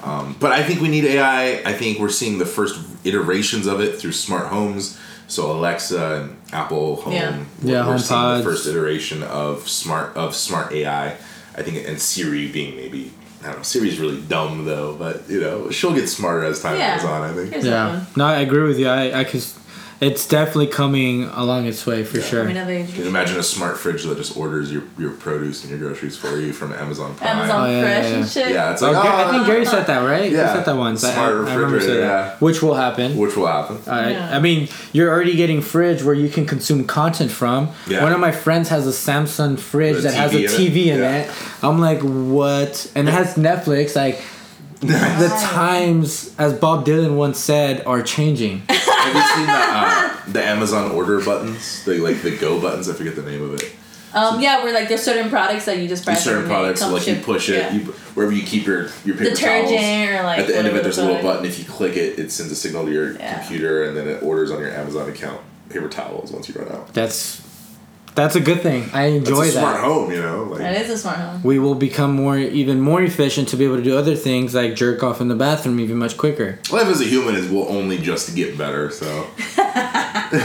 Speaker 3: Um, but I think we need AI. I think we're seeing the first iterations of it through smart homes. So Alexa and Apple Home.
Speaker 4: Yeah.
Speaker 3: we're-
Speaker 2: Yeah,
Speaker 3: we're seeing
Speaker 2: HomePods.
Speaker 3: the first iteration of smart of smart AI. I think and Siri being maybe I don't know. Siri's really dumb though, but you know she'll get smarter as time
Speaker 4: Yeah.
Speaker 3: goes on. I think.
Speaker 4: Here's that
Speaker 2: yeah.
Speaker 4: one.
Speaker 2: No, I agree with you. I, I could. s- It's definitely coming along its way for sure.
Speaker 4: Coming of age.
Speaker 3: Can you imagine a smart fridge that just orders your, your produce and your groceries for you from Amazon Prime?
Speaker 4: Amazon
Speaker 2: Oh, yeah,
Speaker 4: Fresh
Speaker 2: yeah, yeah.
Speaker 4: and shit.
Speaker 3: Yeah, it's
Speaker 2: Oh,
Speaker 3: like,
Speaker 2: Ga- I
Speaker 3: "Ah."
Speaker 2: think Gary said
Speaker 4: oh,
Speaker 2: that, right?
Speaker 3: Yeah.
Speaker 2: He said that once. I-
Speaker 3: Smart
Speaker 2: I, I remember saying
Speaker 3: refrigerator, yeah.
Speaker 2: that. Which will happen.
Speaker 3: which will happen.
Speaker 2: I,
Speaker 4: Yeah.
Speaker 2: I mean, you're already getting fridge where you can consume content from.
Speaker 3: Yeah.
Speaker 2: One of my friends has a Samsung fridge
Speaker 3: With a
Speaker 2: that has a
Speaker 3: TV in it?
Speaker 2: TV in
Speaker 3: Yeah.
Speaker 2: it. I'm like, what? And it has Netflix. Like, the times, as Bob Dylan once said, are changing.
Speaker 3: Have you seen the, uh, the Amazon order buttons? The like the go buttons. I forget the name of it.
Speaker 4: Um, yeah, where like there's certain products that you just press.
Speaker 3: certain
Speaker 4: and they
Speaker 3: products,
Speaker 4: come
Speaker 3: like you
Speaker 4: shipped-
Speaker 3: push it,
Speaker 4: yeah.
Speaker 3: you, wherever you keep your your paper
Speaker 4: Detergent
Speaker 3: towels.
Speaker 4: or, like,
Speaker 3: at the end of
Speaker 4: whatever
Speaker 3: it, there's a little
Speaker 4: product.
Speaker 3: button. If you click it, it sends a signal to your
Speaker 4: Yeah.
Speaker 3: computer, and then it orders on your Amazon account paper towels once you run out.
Speaker 2: That's that's a good thing. I
Speaker 3: That's
Speaker 2: enjoy
Speaker 3: a
Speaker 2: that.
Speaker 3: smart home, you know. Like,
Speaker 4: That is a smart home.
Speaker 2: We will become more even more efficient to be able to do other things like jerk off in the bathroom even much quicker.
Speaker 3: life as a human is will only just get better. So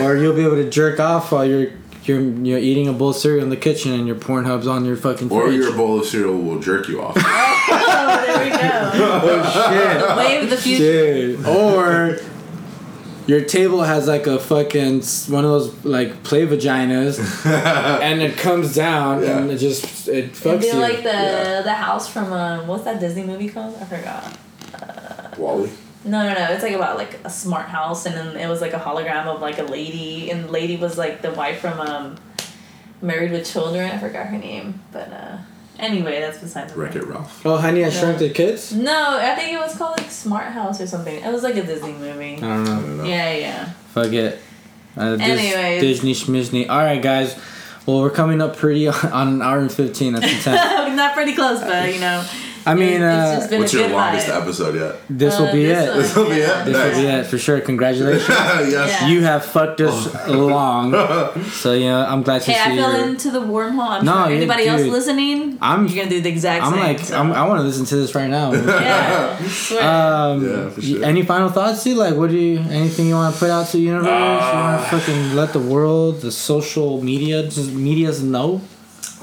Speaker 2: or you'll be able to jerk off while you're you're you're eating a bowl of cereal in the kitchen and your Pornhub's on your fucking
Speaker 3: or
Speaker 2: fridge.
Speaker 3: your bowl of cereal will jerk you off.
Speaker 4: Oh, there we go.
Speaker 2: oh
Speaker 4: Wave of the
Speaker 2: shit,
Speaker 4: future.
Speaker 2: dude. Or your table has like a fucking s- one of those like play vaginas, and it comes down
Speaker 3: Yeah.
Speaker 2: and it just it
Speaker 4: It'd
Speaker 2: fucks
Speaker 4: be
Speaker 2: you.
Speaker 4: like the
Speaker 3: Yeah.
Speaker 4: the house from um, what's that Disney movie called? I forgot.
Speaker 3: Wally.
Speaker 4: No, no, no. It's like about like a smart house, and then it was like a hologram of like a lady, and the lady was like the wife from um, Married with Children. I forgot her name, but uh, anyway, that's besides. the
Speaker 3: Wreck
Speaker 4: point.
Speaker 3: It Ralph.
Speaker 2: oh, honey, I shrunk the kids.
Speaker 4: No, I think it was called like Smart House or something. It was like a Disney movie.
Speaker 2: I don't know.
Speaker 3: I don't know.
Speaker 4: Yeah, yeah.
Speaker 2: Fuck it. Uh, dis-
Speaker 4: Anyways.
Speaker 2: Disney schmizney. All right, guys. Well, we're coming up pretty on an hour and fifteen. That's intense.
Speaker 4: Not pretty close, but you know.
Speaker 2: I mean,
Speaker 4: it's
Speaker 2: uh,
Speaker 4: just been
Speaker 3: What's
Speaker 4: a
Speaker 3: your
Speaker 4: good
Speaker 3: longest
Speaker 4: vibe.
Speaker 3: episode yet?
Speaker 2: this will
Speaker 4: Uh,
Speaker 2: be
Speaker 4: this
Speaker 2: it.
Speaker 4: one,
Speaker 3: This will be
Speaker 4: yeah.
Speaker 3: it.
Speaker 2: This will be it
Speaker 3: Nice.
Speaker 2: for sure. Congratulations.
Speaker 3: yes.
Speaker 4: Yeah.
Speaker 2: You have fucked us
Speaker 3: Oh.
Speaker 2: long. So yeah, I'm glad to
Speaker 4: Hey,
Speaker 2: see
Speaker 4: I
Speaker 2: you.
Speaker 4: fell into the wormhole. I'm
Speaker 2: No,
Speaker 4: sure
Speaker 2: you-
Speaker 4: anybody else
Speaker 2: dude,
Speaker 4: listening,
Speaker 2: I'm-
Speaker 4: you're gonna do the exact
Speaker 2: I'm
Speaker 4: same.
Speaker 2: like,
Speaker 4: so-
Speaker 2: I'm, I want to listen to this right now.
Speaker 4: yeah, I swear.
Speaker 2: Um,
Speaker 3: Yeah, for sure.
Speaker 2: Any final thoughts, dude? Like, what do you? Anything you want to put out to the universe? you want
Speaker 3: Ah.
Speaker 2: to fucking let the world, the social media, just media's know.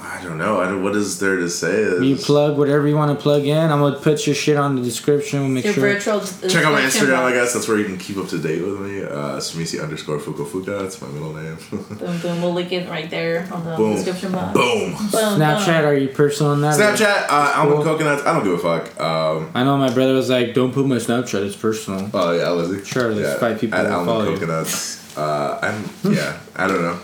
Speaker 3: I don't know. I don't, what is there to say?
Speaker 2: You
Speaker 3: It's-
Speaker 2: plug whatever you want to plug in. I'm gonna put your shit on the description. We'll make
Speaker 4: Your
Speaker 2: sure.
Speaker 4: virtual.
Speaker 3: Check out my
Speaker 4: description
Speaker 3: Instagram, I
Speaker 4: box.
Speaker 3: guess. That's where you can keep up to date with me. Uh, Sumisi underscore Fukafuka. That's my middle name.
Speaker 4: Boom, boom. We'll link it right there on the
Speaker 3: Boom.
Speaker 4: description box.
Speaker 3: Boom.
Speaker 4: Boom,
Speaker 2: Snapchat,
Speaker 4: boom.
Speaker 2: are you personal on that?
Speaker 3: Snapchat, uh, Almond
Speaker 2: Cool.
Speaker 3: Coconuts. I don't give a fuck. Um,
Speaker 2: I know my brother was like, "Don't put my Snapchat. It's personal."
Speaker 3: oh, yeah, Lizzie.
Speaker 2: Sure, there's
Speaker 3: yeah,
Speaker 2: five people
Speaker 3: At
Speaker 2: who
Speaker 3: Almond
Speaker 2: follow you.
Speaker 3: Coconuts. Uh, I'm, yeah, I don't know.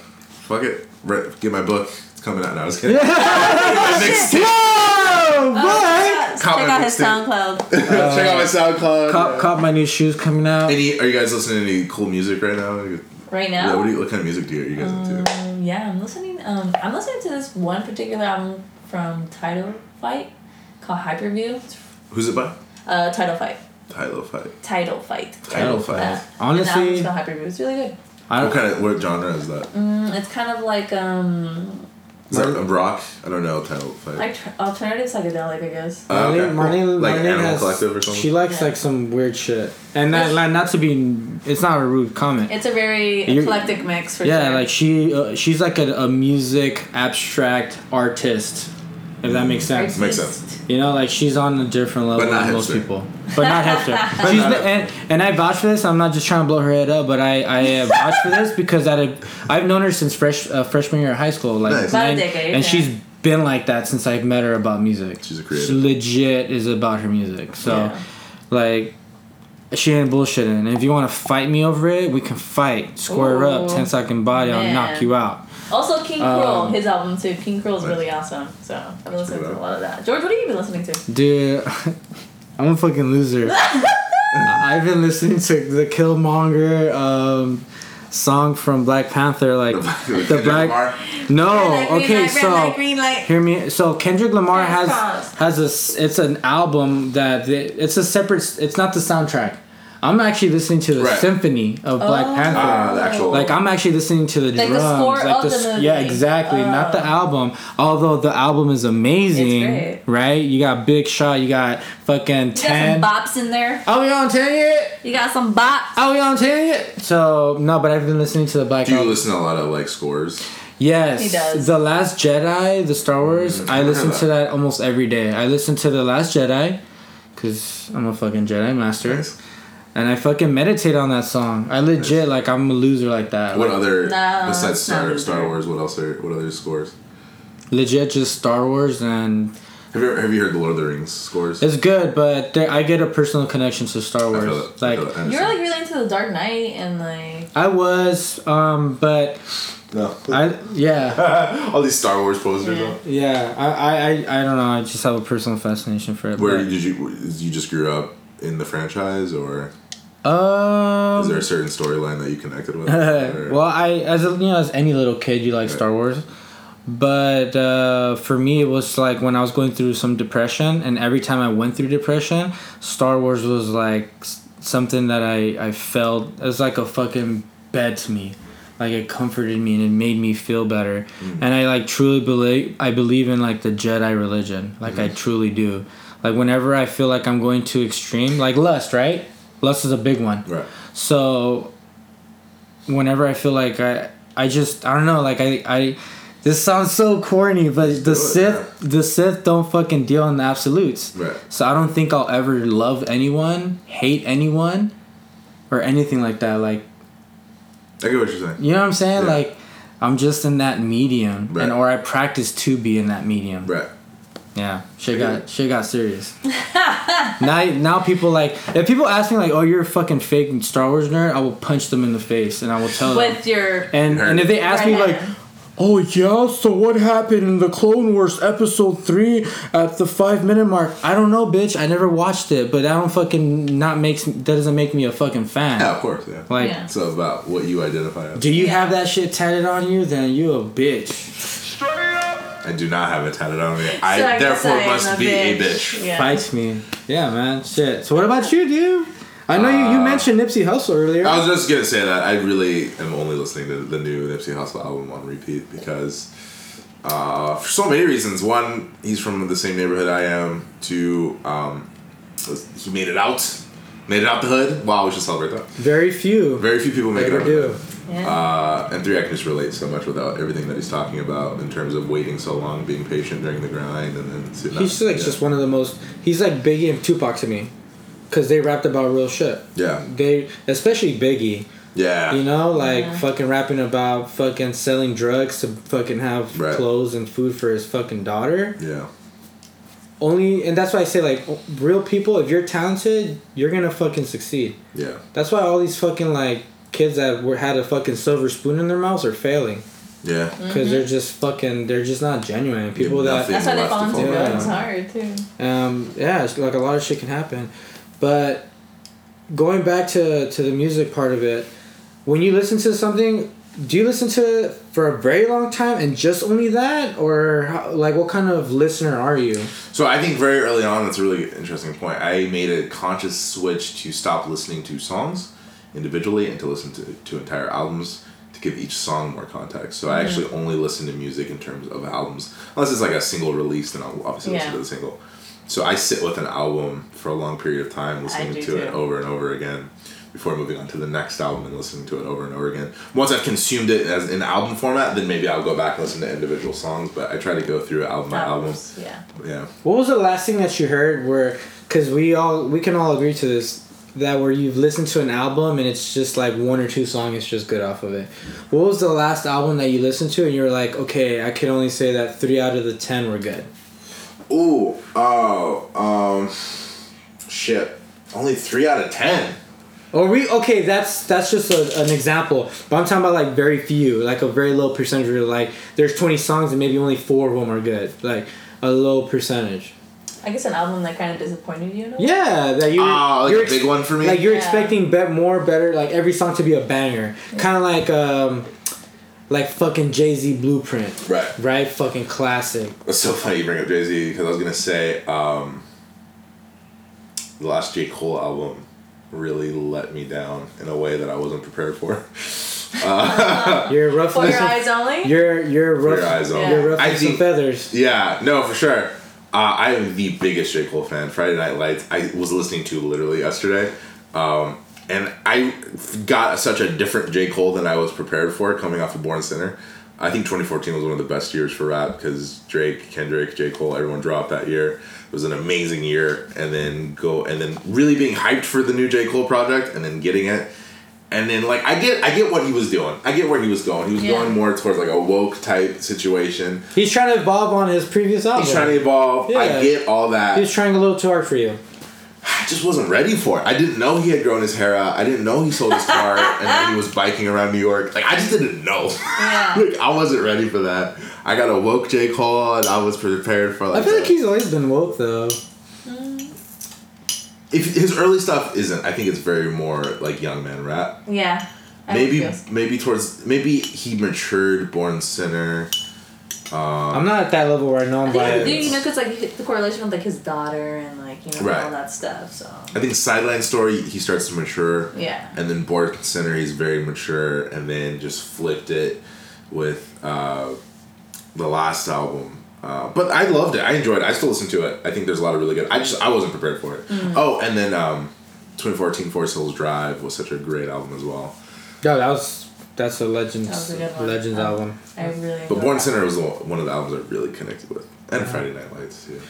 Speaker 3: Fuck it. Re- Get my book. It's coming out now. I was kidding.
Speaker 2: Oh,
Speaker 3: Next tape.
Speaker 2: Whoa,
Speaker 4: Oh, check
Speaker 3: Comment
Speaker 4: out- Check out
Speaker 3: next
Speaker 4: his
Speaker 3: to-
Speaker 4: SoundCloud.
Speaker 3: Check out my
Speaker 2: Uh,
Speaker 3: SoundCloud.
Speaker 2: Cop, cop, my new shoes coming out.
Speaker 3: Any? Are you guys listening to any cool music right now? You-
Speaker 4: Right
Speaker 3: Yeah.
Speaker 4: now.
Speaker 3: What, do you, what kind of music do you, are you guys into?
Speaker 4: Um, yeah, I'm listening. Um, I'm listening to this one particular album from Title Fight called Hyperview. It's,
Speaker 3: Who's it by?
Speaker 4: Uh, Title Fight.
Speaker 3: Tylo Fight.
Speaker 4: Title Fight.
Speaker 3: Tylo Fight.
Speaker 4: Uh,
Speaker 2: Honestly-
Speaker 4: and the album's called Hyperview. It's really good.
Speaker 2: I
Speaker 3: What
Speaker 2: don't,
Speaker 3: kind of what genre is that?
Speaker 4: Mm, it's kind of like um,
Speaker 3: Is that a rock? I don't know. Tylo Fight.
Speaker 4: like tr- alternative psychedelic, I guess.
Speaker 3: Uh, okay,
Speaker 2: Marlene,
Speaker 3: cool.
Speaker 2: Marlene,
Speaker 3: like
Speaker 2: Marlene
Speaker 3: Animal
Speaker 2: has,
Speaker 3: Collective or something.
Speaker 2: She likes
Speaker 4: Yeah.
Speaker 2: like some weird shit, and not, like, not to be, it's not a rude comment.
Speaker 4: It's a very
Speaker 2: You're-
Speaker 4: eclectic mix for
Speaker 2: yeah,
Speaker 4: sure.
Speaker 2: like she, uh, she's like a, a music abstract artist, if that makes sense.
Speaker 3: Makes sense.
Speaker 2: You know, like she's on a different level
Speaker 3: But not
Speaker 2: than most
Speaker 3: hipster.
Speaker 2: people. But not hipster. she's
Speaker 3: not
Speaker 2: the- and, and I vouch for this. I'm not just trying to blow her head up, but I I uh, vouch for this because at a, I've known her since fresh uh, freshman year of high school, like
Speaker 3: Nice.
Speaker 4: About a
Speaker 2: nine-
Speaker 4: decade,
Speaker 2: and
Speaker 4: yeah.
Speaker 2: she's been like that since I've met her about music.
Speaker 3: She's a creative.
Speaker 2: She legit is about her music. So,
Speaker 4: Yeah.
Speaker 2: like. She ain't bullshitting. And if you want to fight me over it, we can fight. Square up,
Speaker 4: Ooh.
Speaker 2: 10 second body, I'll
Speaker 4: Man.
Speaker 2: knock you out.
Speaker 4: Also, King
Speaker 2: Um,
Speaker 4: Cruel, his album too. King Cruel is
Speaker 3: Nice.
Speaker 4: really awesome. So I've been listening
Speaker 3: check it
Speaker 4: to a
Speaker 3: out.
Speaker 4: lot of that. George, what have you been listening to?
Speaker 2: Dude, I'm a fucking loser. I've been listening to the Killmonger um, song from Black Panther, like the
Speaker 3: Kendrick
Speaker 2: Black.
Speaker 3: Lamar.
Speaker 2: No,
Speaker 4: Red light, green
Speaker 2: Oh, okay,
Speaker 4: light, red light,
Speaker 2: so
Speaker 4: green light.
Speaker 2: hear me. So Kendrick Lamar
Speaker 4: Fingers
Speaker 2: has
Speaker 4: crossed.
Speaker 2: has a s- it's an album that they, it's a separate. s- It's not the soundtrack. I'm actually listening to the
Speaker 3: Right.
Speaker 2: symphony of Black
Speaker 4: Oh.
Speaker 2: Panther.
Speaker 3: Ah, the actual.
Speaker 2: Like I'm actually listening to the
Speaker 4: Like the
Speaker 2: drums,
Speaker 4: score
Speaker 2: like
Speaker 4: of the
Speaker 2: s-
Speaker 4: movie. Oh.
Speaker 2: yeah, exactly. Not the album, although the album is amazing,
Speaker 4: It's great.
Speaker 2: right? You got Big Shot, you got fucking
Speaker 4: You got some
Speaker 2: ten.
Speaker 4: bops in there.
Speaker 2: Are we on ten yet?
Speaker 4: You got some bops.
Speaker 2: Are we on ten yet? So no, but I've been listening to the Black.
Speaker 3: do you
Speaker 2: album.
Speaker 3: listen to a lot of like scores?
Speaker 2: Yes,
Speaker 4: He does.
Speaker 2: the Last Jedi, the Star Wars.
Speaker 3: Mm, I
Speaker 2: I listen
Speaker 3: heard
Speaker 2: to that almost every day. I listen to the Last Jedi, cause I'm a fucking Jedi master,
Speaker 3: Nice.
Speaker 2: and I fucking meditate on that song. I legit like I'm a loser like that.
Speaker 3: What
Speaker 2: Like,
Speaker 3: other
Speaker 4: No,
Speaker 3: besides
Speaker 4: it's not
Speaker 3: Star,
Speaker 4: really
Speaker 3: Star
Speaker 4: there.
Speaker 3: Wars? What else are what other scores?
Speaker 2: legit, just Star Wars and
Speaker 3: Have you ever, have you heard the Lord of the Rings scores?
Speaker 2: It's good, but there, I get a personal connection to Star
Speaker 3: I
Speaker 2: Wars.
Speaker 3: feel it. I
Speaker 2: Like
Speaker 3: feel it. I
Speaker 4: You're
Speaker 3: understand.
Speaker 4: like really into the Dark Knight and like
Speaker 2: I was, um, but
Speaker 3: no.
Speaker 2: I yeah
Speaker 3: All these Star Wars posters.
Speaker 4: Yeah.
Speaker 3: up.
Speaker 2: yeah I, I I I don't know. I just have a personal fascination for it.
Speaker 3: Where
Speaker 2: but-
Speaker 3: did you you just grew up in the franchise, or
Speaker 2: um.
Speaker 3: is there a certain storyline that you connected with? Or-
Speaker 2: well, I as a, you know as any little kid, you like Star Wars, But uh, for me, it was like when I was going through some depression, and every time I went through depression, Star Wars was like s- something that I, I felt. It was like a fucking bed to me. Like it comforted me and it made me feel better. And I like truly believe I believe in like the Jedi religion. Like I truly do. Like whenever I feel like I'm going too extreme, like lust, right? Lust is a big one.
Speaker 3: Right.
Speaker 2: So whenever I feel like I I just I don't know, like I I this sounds so corny, but the
Speaker 3: it,
Speaker 2: Sith the Sith don't fucking deal in the absolutes.
Speaker 3: Right.
Speaker 2: So I don't think I'll ever love anyone, hate anyone, or anything like that. Like
Speaker 3: I get what you're saying.
Speaker 2: you know what I'm saying?
Speaker 3: Yeah.
Speaker 2: Like I'm just in that medium.
Speaker 3: Right.
Speaker 2: And or I practice to be in that medium.
Speaker 3: Right.
Speaker 2: Yeah, shit
Speaker 3: Yeah.
Speaker 2: got shit got serious. now now people like if people ask me like, oh, you're a fucking fake Star Wars nerd, I will punch them in the face and I will
Speaker 3: Uh,
Speaker 2: tell them.
Speaker 4: With your
Speaker 2: And and if they ask me
Speaker 4: Right.
Speaker 2: like, oh yeah, so what happened in the Clone Wars episode three at the five minute mark? I don't know, bitch. I never watched it, but I don't fucking not makes that doesn't make me a fucking fan.
Speaker 3: Yeah, of course. Yeah.
Speaker 2: Like,
Speaker 4: Yeah.
Speaker 3: it's about what you identify as.
Speaker 2: do you have that shit tatted on you? Then you a bitch.
Speaker 3: I do not have it tatted on me.
Speaker 4: So
Speaker 3: I,
Speaker 4: guess
Speaker 3: therefore
Speaker 4: I am
Speaker 3: must be a bitch.
Speaker 4: Yeah.
Speaker 2: Fights me. Yeah, man. Shit. So what about you, dude? I know you, you mentioned Nipsey Hussle earlier.
Speaker 3: Uh, I was just gonna say that I really am only listening to the new Nipsey Hussle album on repeat because uh, for so many reasons. One, he's from the same neighborhood I am. Two, um, he made it out, made it out the hood. Wow, we should celebrate that.
Speaker 2: Very few.
Speaker 3: Very few people make it
Speaker 2: Ever
Speaker 3: out. the hood.
Speaker 2: do.
Speaker 4: Yeah.
Speaker 3: Uh, and three, I can just relate so much without everything that he's talking about in terms of waiting so long, being patient during the grind, and then sitting
Speaker 2: He's
Speaker 3: out.
Speaker 2: like
Speaker 3: yeah.
Speaker 2: just one of the most. He's like Biggie and Tupac to me, because they rapped about real shit.
Speaker 3: yeah,
Speaker 2: They, especially Biggie,
Speaker 3: yeah,
Speaker 2: you know, like
Speaker 4: Yeah.
Speaker 2: fucking rapping about fucking selling drugs to fucking have
Speaker 3: Right.
Speaker 2: clothes and food for his fucking daughter.
Speaker 3: yeah,
Speaker 2: Only, and that's why I say like o- real people. If you're talented, you're gonna fucking succeed.
Speaker 3: yeah,
Speaker 2: That's why all these fucking like kids that were had a fucking silver spoon in their mouths are failing
Speaker 3: yeah.
Speaker 2: because they're just fucking. They're just not genuine. People that
Speaker 3: nothing
Speaker 4: That's why they
Speaker 3: left
Speaker 4: fall
Speaker 3: to
Speaker 4: into
Speaker 2: fall
Speaker 4: drugs
Speaker 2: back.
Speaker 4: hard too.
Speaker 2: um, yeah, it's like a lot of shit can happen. But going back to, to the music part of it, when you listen to something, do you listen to it for a very long time and just only that, or how, like what kind of listener are you?
Speaker 3: So I think very early on, that's a really interesting point. I made a conscious switch to stop listening to songs individually and to listen to, to entire albums to give each song more context. So I
Speaker 4: Mm-hmm.
Speaker 3: actually only listen to music in terms of albums, unless it's like a single release, then I'll obviously listen
Speaker 4: Yeah.
Speaker 3: to the single. So I sit with an album for a long period of time, listening
Speaker 4: do
Speaker 3: to it
Speaker 4: too.
Speaker 3: over and over again. Before moving on to the next album and listening to it over and over again. Once I've consumed it as in album format, then maybe I'll go back and listen to individual songs. But I try to go through album by album.
Speaker 4: Albums, Yeah.
Speaker 3: Yeah.
Speaker 2: What was the last thing that you heard where, because we all, we can all agree to this, that where you've listened to an album and it's just like one or two songs, it's just good off of it. What was the last album that you listened to and you were like, okay, I can only say that three out of the ten were good?
Speaker 3: Ooh, oh, um, shit. Only three out of ten.
Speaker 2: Or we okay? That's that's just a, an example. But I'm talking about like very few, like a very low percentage. Where like there's 20 songs and maybe only four of them are good, like a low percentage.
Speaker 4: I guess an album that kind of disappointed you. in a way.
Speaker 2: Yeah, that you.
Speaker 3: Ah, like
Speaker 2: you're
Speaker 3: a big one for me?
Speaker 2: Like you're
Speaker 4: Yeah.
Speaker 2: expecting bet more, better, like every song to be a banger, kind of like um, like fucking Jay Z Blueprint,
Speaker 3: Right.
Speaker 2: right? Fucking classic.
Speaker 3: That's so funny you bring up Jay Z because I was gonna say um, the last J Cole album really let me down in a way that I wasn't prepared for.
Speaker 2: You're rough.
Speaker 4: For your
Speaker 2: listen-
Speaker 4: eyes only.
Speaker 2: You're you're rough.
Speaker 3: your eyes only.
Speaker 2: You're rough
Speaker 3: I
Speaker 2: with some
Speaker 3: think-
Speaker 2: feathers.
Speaker 3: Yeah, no, for sure. Uh, I am the biggest J. Cole fan. Friday Night Lights, I was listening to literally yesterday. Um, and I got such a different J. Cole than I was prepared for coming off of Born Sinner. I think 2014 was one of the best years for rap because Drake, Kendrick, J. Cole, everyone dropped that year. It was an amazing year. And then go, and then really being hyped for the new J. Cole project and then getting it. And then like I get I get what he was doing. I get where he was going. He was
Speaker 4: Yeah.
Speaker 3: going more towards like a woke type situation.
Speaker 2: He's trying to evolve on his previous album.
Speaker 3: He's trying to evolve.
Speaker 2: Yeah.
Speaker 3: I get all that.
Speaker 2: He was trying a little too hard for you.
Speaker 3: I just wasn't ready for it. I didn't know he had grown his hair out. I didn't know he sold his car and that he was biking around New York. Like I just didn't know.
Speaker 4: Yeah.
Speaker 3: like I wasn't ready for that. I got a woke J Cole and I was prepared for
Speaker 2: I
Speaker 3: like.
Speaker 2: feel like
Speaker 3: the-
Speaker 2: he's always been woke though.
Speaker 3: if his early stuff isn't. I think it's very more like young man rap.
Speaker 4: Yeah. I would
Speaker 3: Maybe
Speaker 4: feel-
Speaker 3: maybe towards maybe he matured Born Sinner Um,
Speaker 2: I'm not at that level where I know
Speaker 4: I
Speaker 2: I'm
Speaker 4: think it's
Speaker 2: biased.
Speaker 4: dude, you know, because like the correlation with like his daughter and like you know
Speaker 3: Right.
Speaker 4: all that stuff. So
Speaker 3: I think sideline story he starts to mature.
Speaker 4: yeah,
Speaker 3: And then Bork Center, he's very mature, and then just flipped it with uh, the last album. Uh, but I loved it. I enjoyed it. I still listen to it. I think there's a lot of really good. I just I wasn't prepared for it. Oh, and then um, 2014 Forest Hills Drive was such a great album as well.
Speaker 2: Yo, that was that's a legends
Speaker 4: That was a good one.
Speaker 2: legends
Speaker 4: Um,
Speaker 2: album.
Speaker 4: I really.
Speaker 3: But
Speaker 4: enjoy
Speaker 3: Born
Speaker 4: that.
Speaker 3: Center was the one one of the albums I really connected with, and Friday Night Lights too.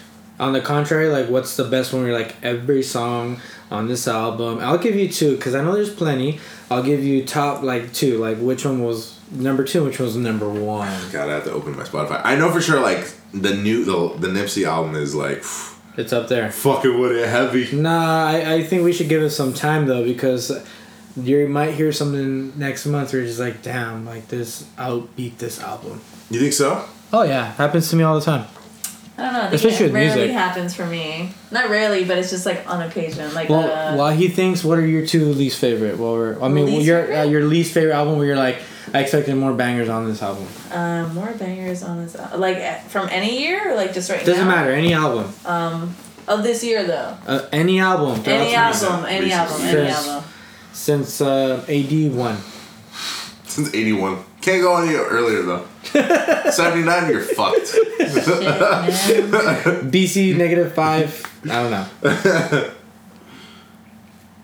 Speaker 2: On the contrary, like what's the best one? Where you're like every song on this album. I'll give you two because I know there's plenty. I'll give you top like two. Like which one was number two? Which one was number one?
Speaker 3: God, I have to open my Spotify. I know for sure like the new the, the Nipsey album is like
Speaker 2: It's up there.
Speaker 3: fucking what it heavy.
Speaker 2: Nah, I, I think we should give it some time though because you might hear something next month where you're just like, damn, like this outbeat this album.
Speaker 3: You think so?
Speaker 2: Oh yeah, happens to me all the time.
Speaker 4: I don't know. I think
Speaker 2: Especially
Speaker 4: it
Speaker 2: with
Speaker 4: rarely
Speaker 2: music.
Speaker 4: happens for me. Not rarely, but it's just like on occasion. Like
Speaker 2: Well,
Speaker 4: uh,
Speaker 2: while he thinks, what are your two least favorite? Well, we're, I mean,
Speaker 4: Least
Speaker 2: your
Speaker 4: favorite?
Speaker 2: uh, your least favorite album where you're like, I expected more bangers on this album.
Speaker 4: um, more bangers on this. al- Like eh, from any year, or like just right
Speaker 2: Doesn't
Speaker 4: now.
Speaker 2: matter, any album,
Speaker 4: Um, of this year though.
Speaker 2: uh, any album throughout
Speaker 4: Any
Speaker 2: time.
Speaker 4: album, any
Speaker 3: Reese's.
Speaker 4: album, any
Speaker 2: Yes.
Speaker 4: album.
Speaker 2: since uh, AD one.
Speaker 3: Since 81. Can't go any earlier though. 79, you're fucked.
Speaker 4: Shit, man.
Speaker 2: BC negative five. I don't know.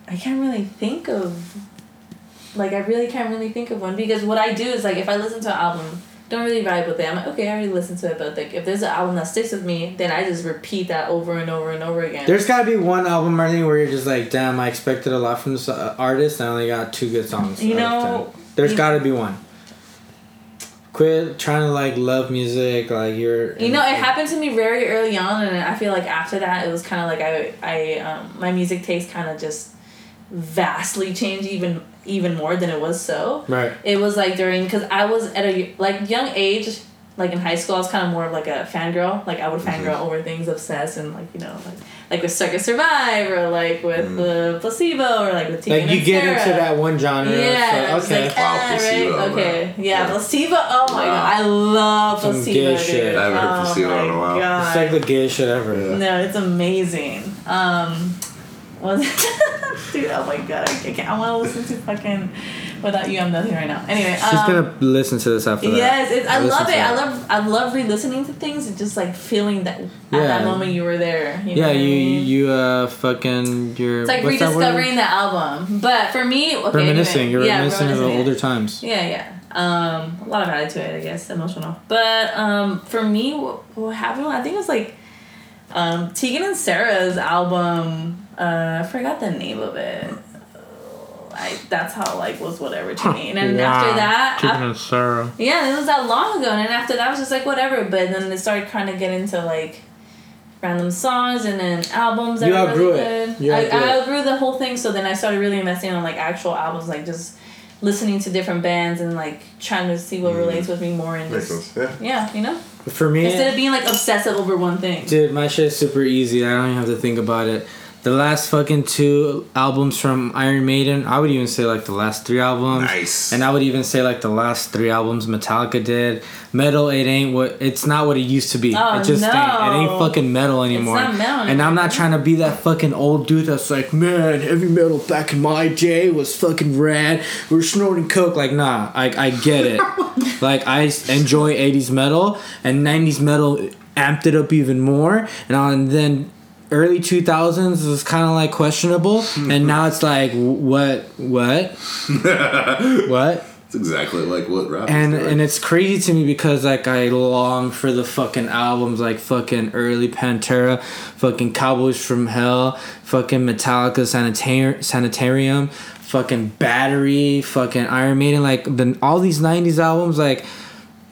Speaker 4: I can't really think of like I really can't really think of one because what I do is like if I listen to an album, don't really vibe with it. I'm like, okay, I already listened to it, but like if there's an album that sticks with me, then I just repeat that over and over and over again.
Speaker 2: There's gotta be one album or anything where you're just like, damn, I expected a lot from this uh, artist, and I only got two good songs.
Speaker 4: You
Speaker 2: out of
Speaker 4: know-
Speaker 2: 10." there's
Speaker 4: you-
Speaker 2: gotta be one. Quit trying to like love music, like you're.
Speaker 4: you know, it happened to me very early on, and I feel like after that, it was kind of like I, I, um, my music taste kind of just vastly changed, even, even more than it was so.
Speaker 2: Right.
Speaker 4: It was like during because I was at a like young age, like in high school, I was kind of more of like a fangirl. Like I would fangirl
Speaker 3: Mm-hmm.
Speaker 4: over things, obsessed, and like you know, like like with Circus Survive or like
Speaker 3: Mm.
Speaker 4: with the placebo or like with Tegan
Speaker 2: Like you
Speaker 4: and
Speaker 2: get
Speaker 4: Sarah.
Speaker 2: into that one genre.
Speaker 4: Yeah,
Speaker 2: so,
Speaker 4: I'm just
Speaker 2: okay.
Speaker 4: like,
Speaker 3: Wow,
Speaker 4: ah, right,
Speaker 3: placebo,
Speaker 4: okay,
Speaker 3: wow.
Speaker 4: yeah,
Speaker 3: Yeah.
Speaker 4: placebo. Oh
Speaker 3: Wow.
Speaker 4: my god, I love
Speaker 2: Some
Speaker 4: placebo.
Speaker 2: gay
Speaker 4: dude.
Speaker 2: shit.
Speaker 3: I haven't heard
Speaker 4: Oh
Speaker 3: placebo in a
Speaker 4: my
Speaker 3: while.
Speaker 4: God.
Speaker 2: It's like the gayest shit ever.
Speaker 4: No, it's amazing. Um, was dude? Oh my god, I can't. I want to listen to fucking. Without you, I'm nothing right now. Anyway,
Speaker 2: She's
Speaker 4: um,
Speaker 2: gonna listen to this after
Speaker 4: Yes, it's, I,
Speaker 2: I listen
Speaker 4: love
Speaker 2: to
Speaker 4: it.
Speaker 2: that.
Speaker 4: I love I love re-listening to things and just like feeling that at
Speaker 2: Yeah.
Speaker 4: that moment you were there. You know
Speaker 2: Yeah,
Speaker 4: what I
Speaker 2: you
Speaker 4: mean?
Speaker 2: you uh fucking you're.
Speaker 4: It's like
Speaker 2: what's that word?
Speaker 4: rediscovering the album, but for me, okay,
Speaker 2: Reminiscing.
Speaker 4: anyway,
Speaker 2: You're
Speaker 4: yeah,
Speaker 2: reminiscing of the
Speaker 4: reminiscing.
Speaker 2: older times.
Speaker 4: Yeah, yeah. Um, a lot of attitude, I guess, emotional. But um, for me, what, what happened? I think it was like um, Tegan and Sarah's album. Uh, I forgot the name of it. I, that's how like was whatever to me. And then after that, af-
Speaker 2: and Sarah.
Speaker 4: yeah, it was that long ago, and then after that, I was just like whatever. But then it started kind of getting into like random songs and then albums. That
Speaker 2: You
Speaker 4: were
Speaker 2: outgrew
Speaker 4: really
Speaker 2: it.
Speaker 4: good.
Speaker 2: You
Speaker 4: I,
Speaker 2: outgrew
Speaker 4: I
Speaker 2: it.
Speaker 4: outgrew the whole thing, so then I started really investing on like actual albums, like just listening to different bands and like trying to see what relates with me more and
Speaker 3: Mm-hmm. Makes
Speaker 4: just
Speaker 3: sense. Yeah.
Speaker 4: yeah, you know,
Speaker 2: For me,
Speaker 4: instead of being like obsessive over one thing.
Speaker 2: Dude, my shit's super easy. I don't even have to think about it. The last fucking two albums from Iron Maiden, I would even say like the last three albums.
Speaker 3: Nice.
Speaker 2: And I would even say like the last three albums Metallica did. Metal, it ain't what it's not what it used to be.
Speaker 4: Oh,
Speaker 2: it just ain't. It ain't
Speaker 4: no.
Speaker 2: fucking metal anymore.
Speaker 4: not metal
Speaker 2: and I'm not
Speaker 4: anymore.
Speaker 2: trying to be that fucking old dude that's like, man, heavy metal back in my day was fucking rad. We were snorting coke. Like, nah, I, I get it. like, I s- enjoy 80s metal, and 90s metal amped it up even more. And, on, then early 2000s was kind of like questionable. and now it's like, wh- what? What? what?
Speaker 3: It's exactly like what rap is
Speaker 2: and
Speaker 3: doing.
Speaker 2: and it's crazy to me because like I long for the fucking albums like fucking early Pantera, fucking Cowboys from Hell, fucking Metallica Sanitar- Sanitarium, fucking Battery, fucking Iron Maiden, like the all these '90s albums. Like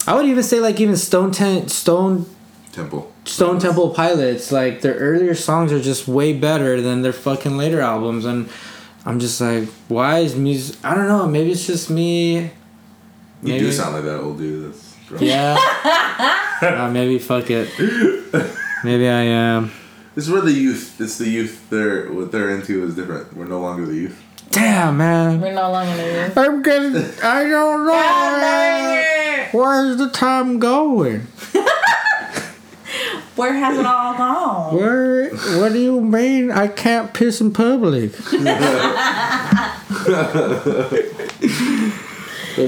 Speaker 2: I would even say like even Stone Ten- Stone
Speaker 3: Temple.
Speaker 2: Stone Temple Pilots, like their earlier songs are just way better than their fucking later albums, and I'm just like, why is music? I don't know. Maybe it's just me.
Speaker 3: You
Speaker 2: Maybe-
Speaker 3: do sound like that old dude. That's drunk.
Speaker 2: Yeah. Uh, maybe fuck it. Maybe I um, am.
Speaker 3: This is where the youth. It's the youth. They're what they're into is different. We're no longer the youth.
Speaker 2: Damn, man.
Speaker 4: We're no longer there.
Speaker 2: I'm getting. I don't know. Where's the time going?
Speaker 4: Where has it all gone?
Speaker 2: Where, what do you mean I can't piss in public? but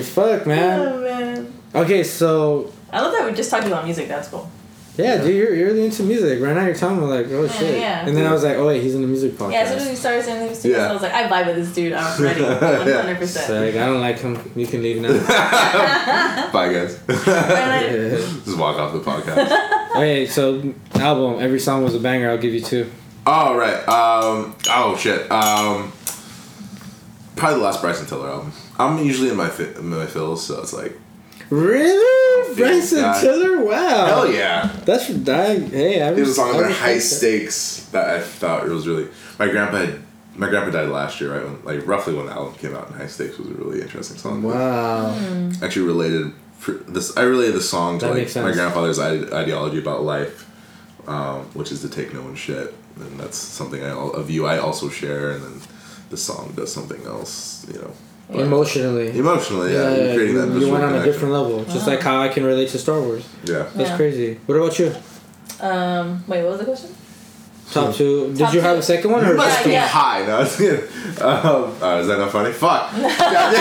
Speaker 2: fuck, man.
Speaker 4: Oh, man.
Speaker 2: Okay, so
Speaker 4: I love that we just talked about music. That's cool.
Speaker 2: yeah, dude, you're, you're really into music right now. You're talking about like, oh shit,
Speaker 4: yeah.
Speaker 2: and then I was like, oh wait, he's in the music podcast.
Speaker 4: Yeah, as soon as we started saying things,
Speaker 3: Yeah.
Speaker 4: I was like, I vibe with this dude. I'm ready. 100%.
Speaker 2: It's like I don't like him. You can leave now.
Speaker 3: Bye, guys.
Speaker 4: And I-
Speaker 2: Yeah.
Speaker 3: Just walk off the podcast.
Speaker 2: okay, so album. Every song was a banger. I'll give you two.
Speaker 3: All right. Um, oh shit. Um, probably the last Bryson Tiller album. I'm usually in my fi- in my fills, so it's like
Speaker 2: Really,
Speaker 3: Bryson Oh, God.
Speaker 2: Tiller? Wow,
Speaker 3: hell yeah.
Speaker 2: That's I, hey, I
Speaker 3: It was a song
Speaker 2: I
Speaker 3: about
Speaker 2: respect
Speaker 3: high
Speaker 2: that.
Speaker 3: stakes that I thought it was really. My grandpa had, my grandpa died last year, right? When, like roughly when the album came out, and high stakes was a really interesting song.
Speaker 2: Wow.
Speaker 3: Actually, related for this. I related the song to
Speaker 2: That
Speaker 3: like
Speaker 2: makes
Speaker 3: my
Speaker 2: sense.
Speaker 3: grandfather's ide- ideology about life, um, which is to take no one's shit, and that's something I al- a view I also share. And then the song does something else, you know,
Speaker 2: Emotionally.
Speaker 3: emotionally. Yeah, you're creating that
Speaker 2: you, you
Speaker 3: visual
Speaker 2: went on a
Speaker 3: connection.
Speaker 2: different level, just like how I can relate to Star Wars.
Speaker 3: Yeah.
Speaker 2: That's
Speaker 4: Yeah.
Speaker 2: crazy. What about you?
Speaker 4: um, wait, what was the question?
Speaker 2: Top two. Did
Speaker 4: Top
Speaker 2: you have
Speaker 4: two.
Speaker 2: a second one or?
Speaker 3: You must
Speaker 4: Yeah,
Speaker 3: be
Speaker 4: yeah.
Speaker 3: high. No, it's good. Um, uh, is that not funny? Fuck.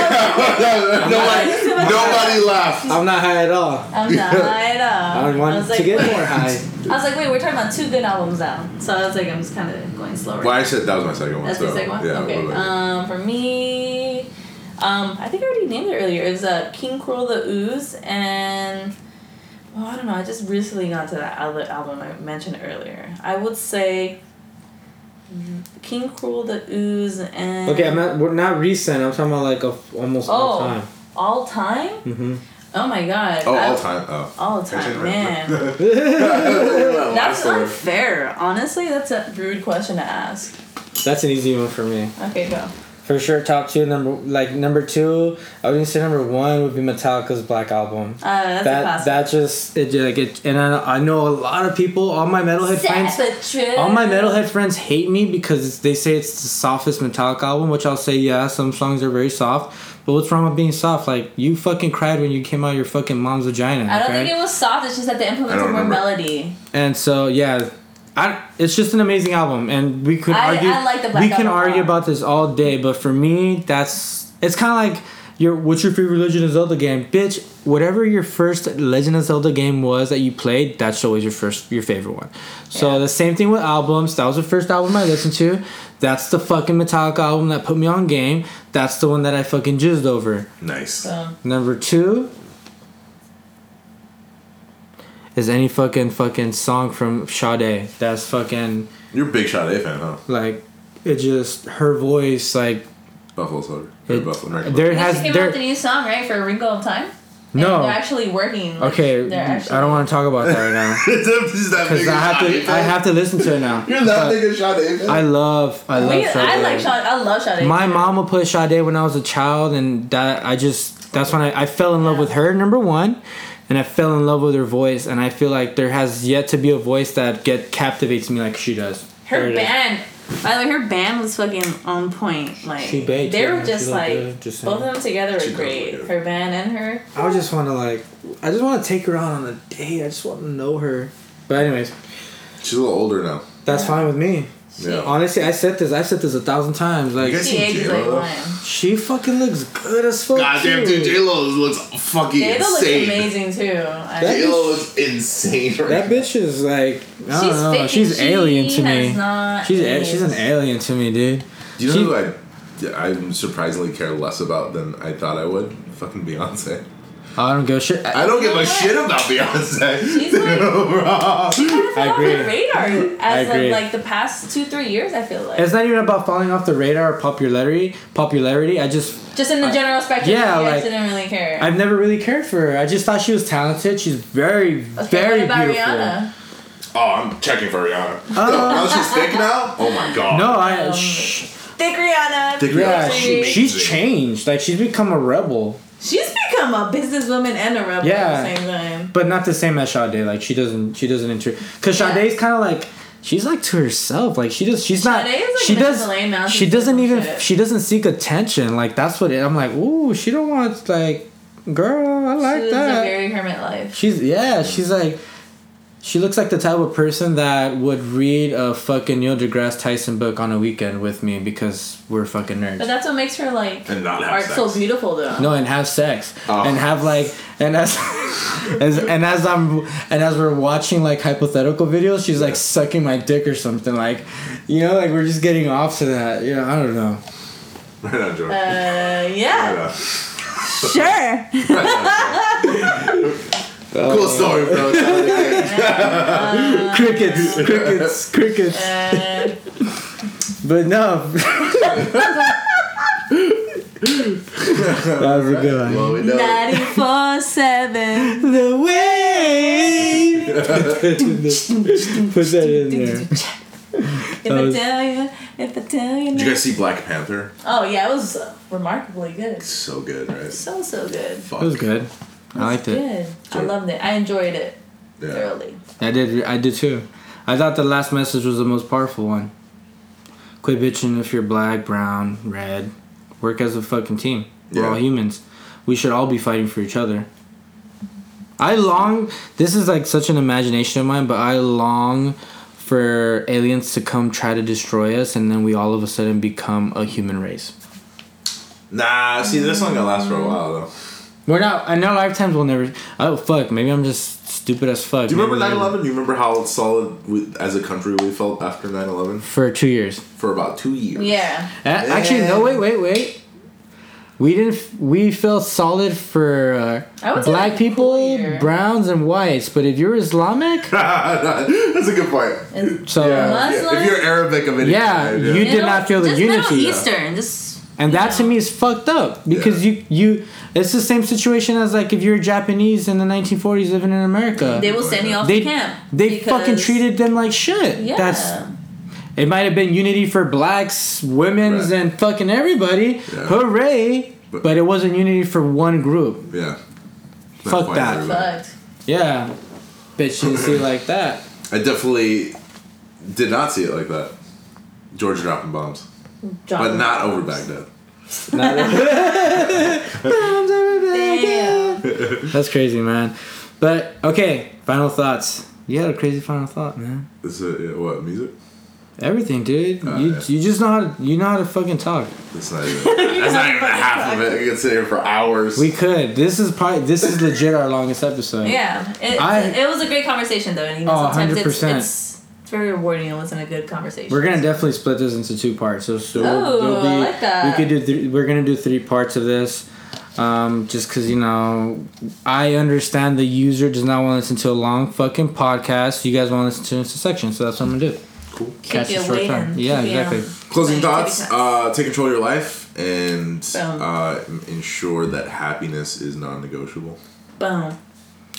Speaker 3: Goddamn. nobody, nobody laughed.
Speaker 2: I'm not high at all.
Speaker 4: I'm not at all.
Speaker 2: I want
Speaker 4: was like,
Speaker 2: to get
Speaker 4: wait.
Speaker 2: more high.
Speaker 4: I was like, wait, we're talking about two good albums now. So I was like, I'm just kind of going slower.
Speaker 3: Well, I said that was my second one.
Speaker 4: That's
Speaker 3: so,
Speaker 4: the second one?
Speaker 3: Yeah.
Speaker 4: okay.
Speaker 3: what about
Speaker 4: Um, for me, um, I think I already named it earlier. It was uh, King Cruel the Ooze and. Well, I don't know. I just recently got to that other album I mentioned earlier. I would say mm, King Cruel the Ooze and.
Speaker 2: Okay, I'm not. We're not recent. I'm talking about like a, almost all
Speaker 4: Oh.
Speaker 2: time.
Speaker 4: All time?
Speaker 2: Mhm.
Speaker 4: Oh my god.
Speaker 3: you? oh,
Speaker 4: I-
Speaker 3: all time. Oh.
Speaker 4: All time, man. That's
Speaker 3: That's
Speaker 4: unfair. Honestly, that's a rude question to ask.
Speaker 2: That's an easy one for me.
Speaker 4: Okay, go. Uh,
Speaker 2: For sure, top two number like number two. I wouldn't say number one would be Metallica's Black Album.
Speaker 4: Uh, that's a
Speaker 2: that
Speaker 4: classic.
Speaker 2: that just it like it, and I, I know a lot of people. All my metalhead friends. All my metalhead friends hate me because they say it's the softest Metallica album, which I'll say, yeah, some songs are very soft. But what's wrong with being soft? Like, you fucking cried when you came out of your fucking mom's vagina.
Speaker 4: I don't
Speaker 2: okay?
Speaker 4: think it was soft. It's just that they implemented
Speaker 3: I
Speaker 4: more
Speaker 3: don't remember.
Speaker 4: melody.
Speaker 2: and so, yeah. I, it's just an amazing album, and we could
Speaker 4: I-
Speaker 2: argue.
Speaker 4: I like the Black
Speaker 2: we can
Speaker 4: Album a
Speaker 2: argue
Speaker 4: lot.
Speaker 2: about this all day, but for me, that's it's kind of like your what's your favorite Legend of Zelda game, bitch. Whatever your first Legend of Zelda game was that you played, that's always your first your favorite one. So the same thing with albums. That was the first album I listened to. That's the fucking Metallica album that put me on game. That's the one that I fucking jizzed over.
Speaker 3: Nice.
Speaker 4: So
Speaker 2: Number two is any fucking fucking song from Sade. That's fucking
Speaker 3: You're a big shot A fan, huh?
Speaker 2: like it just her voice like
Speaker 3: Buffalo Soldier. Or
Speaker 2: it,
Speaker 3: Buffalo American
Speaker 2: there
Speaker 4: they
Speaker 2: has
Speaker 4: just came out with a
Speaker 2: there
Speaker 4: new song, right, for Wrinkle of Time. And
Speaker 2: no
Speaker 4: they're actually working. like,
Speaker 2: okay
Speaker 4: they're actually,
Speaker 2: I don't want to talk about that right now
Speaker 3: Buffalo. He's that
Speaker 2: because
Speaker 3: big
Speaker 2: I
Speaker 3: a
Speaker 2: have
Speaker 3: Sade
Speaker 2: to I
Speaker 3: fan.
Speaker 2: have to listen to it now.
Speaker 3: You're that big a shot A fan.
Speaker 2: I love I love
Speaker 4: We, I
Speaker 2: Sade.
Speaker 4: like Sade. I love Sade.
Speaker 2: My mom would put Sade when I was a child, and that I just that's when I, I fell in love with her. Number one, and I fell in love with her voice, and I feel like there has yet to be a voice that get captivates me like she does. There
Speaker 4: Her
Speaker 2: it is.
Speaker 4: band. By the way, her band was fucking on point. Like
Speaker 2: She baked,
Speaker 4: they were
Speaker 2: yeah, she
Speaker 4: just
Speaker 2: looked
Speaker 4: like
Speaker 2: good, just
Speaker 4: both of them together
Speaker 3: She
Speaker 4: were
Speaker 3: does
Speaker 4: great.
Speaker 3: look good.
Speaker 4: Her band and her.
Speaker 2: I just want to like, I just want to take her out on a date. I just want to know her. But anyways,
Speaker 3: She's a little older now.
Speaker 2: that's fine with me.
Speaker 3: Yeah.
Speaker 2: Honestly, I said this. I said this a thousand times. Like
Speaker 3: You guys-
Speaker 4: She ages like
Speaker 3: J-Lo.
Speaker 4: one.
Speaker 2: she fucking looks good as fuck.
Speaker 3: Goddamn,
Speaker 2: too.
Speaker 3: dude, J Lo looks fucking
Speaker 4: Jada looks
Speaker 3: insane.
Speaker 4: amazing too. I-
Speaker 2: That
Speaker 3: J Lo is insane. Right
Speaker 2: That
Speaker 3: now.
Speaker 2: bitch is like, I don't
Speaker 4: she's
Speaker 2: know.
Speaker 4: 50.
Speaker 2: She's
Speaker 4: She
Speaker 2: alien to me.
Speaker 4: has not
Speaker 2: She's a, she's an
Speaker 4: aged.
Speaker 2: alien to me, dude.
Speaker 3: Do you
Speaker 2: She-
Speaker 3: know who I? I'm surprisingly care less about than I thought I would. Fucking Beyonce.
Speaker 2: I don't give a shit. I,
Speaker 3: I don't give a
Speaker 4: What?
Speaker 3: shit about Beyonce.
Speaker 4: She's like-
Speaker 3: Bro.
Speaker 2: I
Speaker 4: off
Speaker 2: agree.
Speaker 4: the radar as
Speaker 2: agree.
Speaker 4: of like the past two three years. I feel like
Speaker 2: it's not even about falling off the radar or popularity. Popularity. I just
Speaker 4: just in the general spectrum.
Speaker 2: yeah,
Speaker 4: you guys
Speaker 2: like-
Speaker 4: didn't really care.
Speaker 2: I've never really cared for her. I just thought she was talented. She's very
Speaker 4: Okay,
Speaker 2: very
Speaker 4: what about
Speaker 2: beautiful.
Speaker 4: Rihanna?
Speaker 3: Oh, I'm checking for Rihanna. now she's thick now. Oh my god.
Speaker 2: Ah. No, I.
Speaker 4: Um,
Speaker 2: Sh-
Speaker 4: Thick Rihanna.
Speaker 3: Thick
Speaker 2: yeah,
Speaker 3: Rihanna.
Speaker 2: she,
Speaker 4: Amazing.
Speaker 2: she's changed. Like she's become a rebel,
Speaker 4: She's become a businesswoman and a rebel
Speaker 2: Yeah.
Speaker 4: at the same time.
Speaker 2: but not the same as Sade. Like she doesn't. She doesn't inter. Cause
Speaker 4: Yeah.
Speaker 2: Sade's kind of like. She's like to herself. Like she does. She's not.
Speaker 4: Sade is like
Speaker 2: she
Speaker 4: Vanessa
Speaker 2: does.
Speaker 4: Lane now,
Speaker 2: She
Speaker 4: she's
Speaker 2: doesn't
Speaker 4: doing
Speaker 2: even.
Speaker 4: shit.
Speaker 2: She doesn't seek attention. Like that's what it, I'm like. Ooh, she don't want like. Girl, I like
Speaker 4: she lives
Speaker 2: that.
Speaker 4: a very hermit life.
Speaker 2: She's yeah, she's like She looks like the type of person that would read a fucking Neil deGrasse Tyson book on a weekend with me because we're fucking
Speaker 4: But
Speaker 2: nerds.
Speaker 4: that's what makes her like
Speaker 3: And not have
Speaker 4: art so
Speaker 3: sex.
Speaker 4: beautiful though.
Speaker 2: No, and have sex
Speaker 3: Oh.
Speaker 2: and have like and as, as and as I'm and as we're watching like hypothetical videos, she's like sucking my dick or something like, you know, like we're just getting off to that. Yeah, I don't know.
Speaker 3: Right on, Jordan.
Speaker 4: Uh,
Speaker 3: Right
Speaker 4: yeah.
Speaker 3: on.
Speaker 1: Sure.
Speaker 2: Oh.
Speaker 3: cool story, bro.
Speaker 2: Crickets, crickets, crickets.
Speaker 4: Uh,
Speaker 2: But no. that was a good one.
Speaker 3: well, we know.
Speaker 4: 94-7.
Speaker 2: The wave. Put that in there.
Speaker 4: If I tell you, if I tell you.
Speaker 3: Did
Speaker 4: now-
Speaker 3: you guys see Black Panther?
Speaker 4: Oh yeah, it was remarkably good.
Speaker 3: So good, right?
Speaker 4: So so good.
Speaker 3: Fuck.
Speaker 2: It was good. I liked it.
Speaker 4: Good. I loved it. I enjoyed it
Speaker 3: Yeah.
Speaker 4: thoroughly.
Speaker 2: I did. I did too. I thought the last message was the most powerful one. Quit bitching if you're black, brown, red. Work as a fucking team. We're all
Speaker 3: Yeah.
Speaker 2: humans. We should all be fighting for each other. I long. This is like such an imagination of mine, but I long for aliens to come try to destroy us, and then we all of a sudden become a human race.
Speaker 3: Nah, see, this one gonna last for
Speaker 4: Mm.
Speaker 3: a while though.
Speaker 2: We're not. In our lifetimes, we'll never. Oh fuck! Maybe I'm just stupid as fuck.
Speaker 3: Do you remember
Speaker 2: Maybe
Speaker 3: 9
Speaker 2: we'll-
Speaker 3: 11? Do you remember how solid we, as a country we felt after 9 11?
Speaker 2: For two years.
Speaker 3: For about two years.
Speaker 4: Yeah.
Speaker 2: A- Actually, no. Wait, wait, wait. We didn't. f- We felt solid for
Speaker 4: I
Speaker 2: uh,
Speaker 4: would say
Speaker 2: black
Speaker 4: like
Speaker 2: people,
Speaker 4: queer.
Speaker 2: browns, and whites. But if you're Islamic,
Speaker 3: That's a good point.
Speaker 4: And
Speaker 2: so
Speaker 4: Yeah. Muslim?
Speaker 3: If you're Arabic of any
Speaker 2: Yeah,
Speaker 3: kind,
Speaker 2: you- did
Speaker 4: Middle-
Speaker 2: not feel the
Speaker 4: just
Speaker 2: unity,
Speaker 4: Middle
Speaker 2: though.
Speaker 4: Eastern. Just
Speaker 2: and that to
Speaker 4: Yeah.
Speaker 2: me is fucked up because you you it's the same situation as like if you're Japanese in the 1940s living in America.
Speaker 4: they will send you off
Speaker 2: They-
Speaker 4: to camp.
Speaker 2: they fucking
Speaker 4: because-
Speaker 2: treated them like shit.
Speaker 4: Yeah.
Speaker 2: That's it might have been unity for blacks, women's,
Speaker 3: Right.
Speaker 2: and fucking everybody.
Speaker 3: Yeah.
Speaker 2: Hooray!
Speaker 3: But-
Speaker 2: but it wasn't unity for one group.
Speaker 3: yeah. Not
Speaker 2: Fuck
Speaker 3: quite
Speaker 2: that.
Speaker 3: everybody.
Speaker 4: fucked.
Speaker 2: Yeah, bitch didn't see it like that.
Speaker 3: I definitely did not see it like that. Georgia dropping bombs, but not over Baghdad.
Speaker 4: Damn.
Speaker 2: That's crazy, man. But okay, final thoughts. You had a crazy final thought, man.
Speaker 3: Is it yeah, what music?
Speaker 2: Everything, dude. you
Speaker 3: Oh, yeah.
Speaker 2: you just know how to you know how to fucking talk.
Speaker 3: That's not even. that's not even half of it. I could sit here for hours.
Speaker 2: We could. This is probably this is legit our longest episode.
Speaker 4: Yeah. It,
Speaker 2: I-
Speaker 4: it was a great conversation though, and you know,
Speaker 2: Oh,
Speaker 4: sometimes it's,
Speaker 2: 100%.
Speaker 4: it's it's very rewarding. It wasn't a good conversation.
Speaker 2: We're gonna definitely split this into two parts. So, so
Speaker 4: Oh,
Speaker 2: there'll
Speaker 4: I like that.
Speaker 2: we could do. Th- we're gonna do three parts of this, um, just because you know I understand the user does not want to listen to a long fucking podcast. You guys want to listen to this section, so that's what I'm gonna do.
Speaker 3: cool.
Speaker 4: Keep
Speaker 2: catch
Speaker 4: you
Speaker 2: a short
Speaker 4: waiting.
Speaker 2: time. Yeah,
Speaker 4: Keep you
Speaker 2: exactly.
Speaker 4: on.
Speaker 3: Closing
Speaker 4: Thank you,
Speaker 3: thoughts:
Speaker 4: because-
Speaker 3: uh, Take control of your life and
Speaker 4: Boom.
Speaker 3: uh, ensure that happiness is non-negotiable.
Speaker 4: Boom.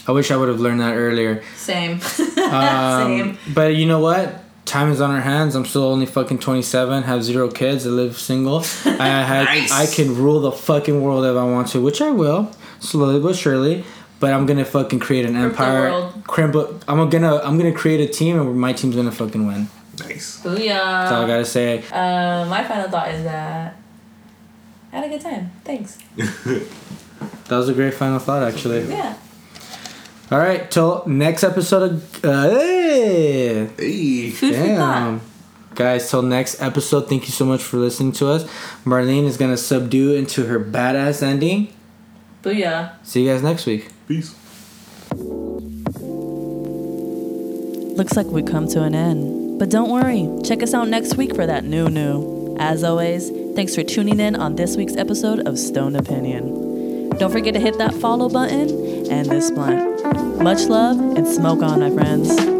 Speaker 2: I wish I would have learned that earlier.
Speaker 4: Same.
Speaker 2: Um,
Speaker 4: Same.
Speaker 2: but you know what? Time is on our hands. I'm still only fucking 27, have zero kids, I live single. I, I, had-
Speaker 3: Nice.
Speaker 2: I can rule the fucking world if I want to, which I will, slowly but surely. But I'm gonna fucking create an
Speaker 4: Rip the
Speaker 2: empire.
Speaker 4: world.
Speaker 2: Crimble, I'm gonna I'm gonna create a team, and my team's gonna fucking win.
Speaker 3: Nice.
Speaker 4: Booyah.
Speaker 2: That's all I gotta say.
Speaker 4: Uh, my final thought is that I had a good time. Thanks.
Speaker 2: That was a great final thought, actually.
Speaker 4: Yeah.
Speaker 2: All right, till next episode. Of, uh, hey!
Speaker 3: Hey.
Speaker 4: Food for thought.
Speaker 2: Damn. Guys, till next episode, thank you so much for listening to us. Marlene is going to subdue into her badass ending.
Speaker 4: Booyah.
Speaker 2: See you guys next week.
Speaker 3: Peace.
Speaker 1: Looks like we've come to an end. But don't worry, check us out next week for that new new. As always, thanks for tuning in on this week's episode of Stone Opinion. Don't forget to hit that follow button and this blunt. Much love and smoke on, my friends.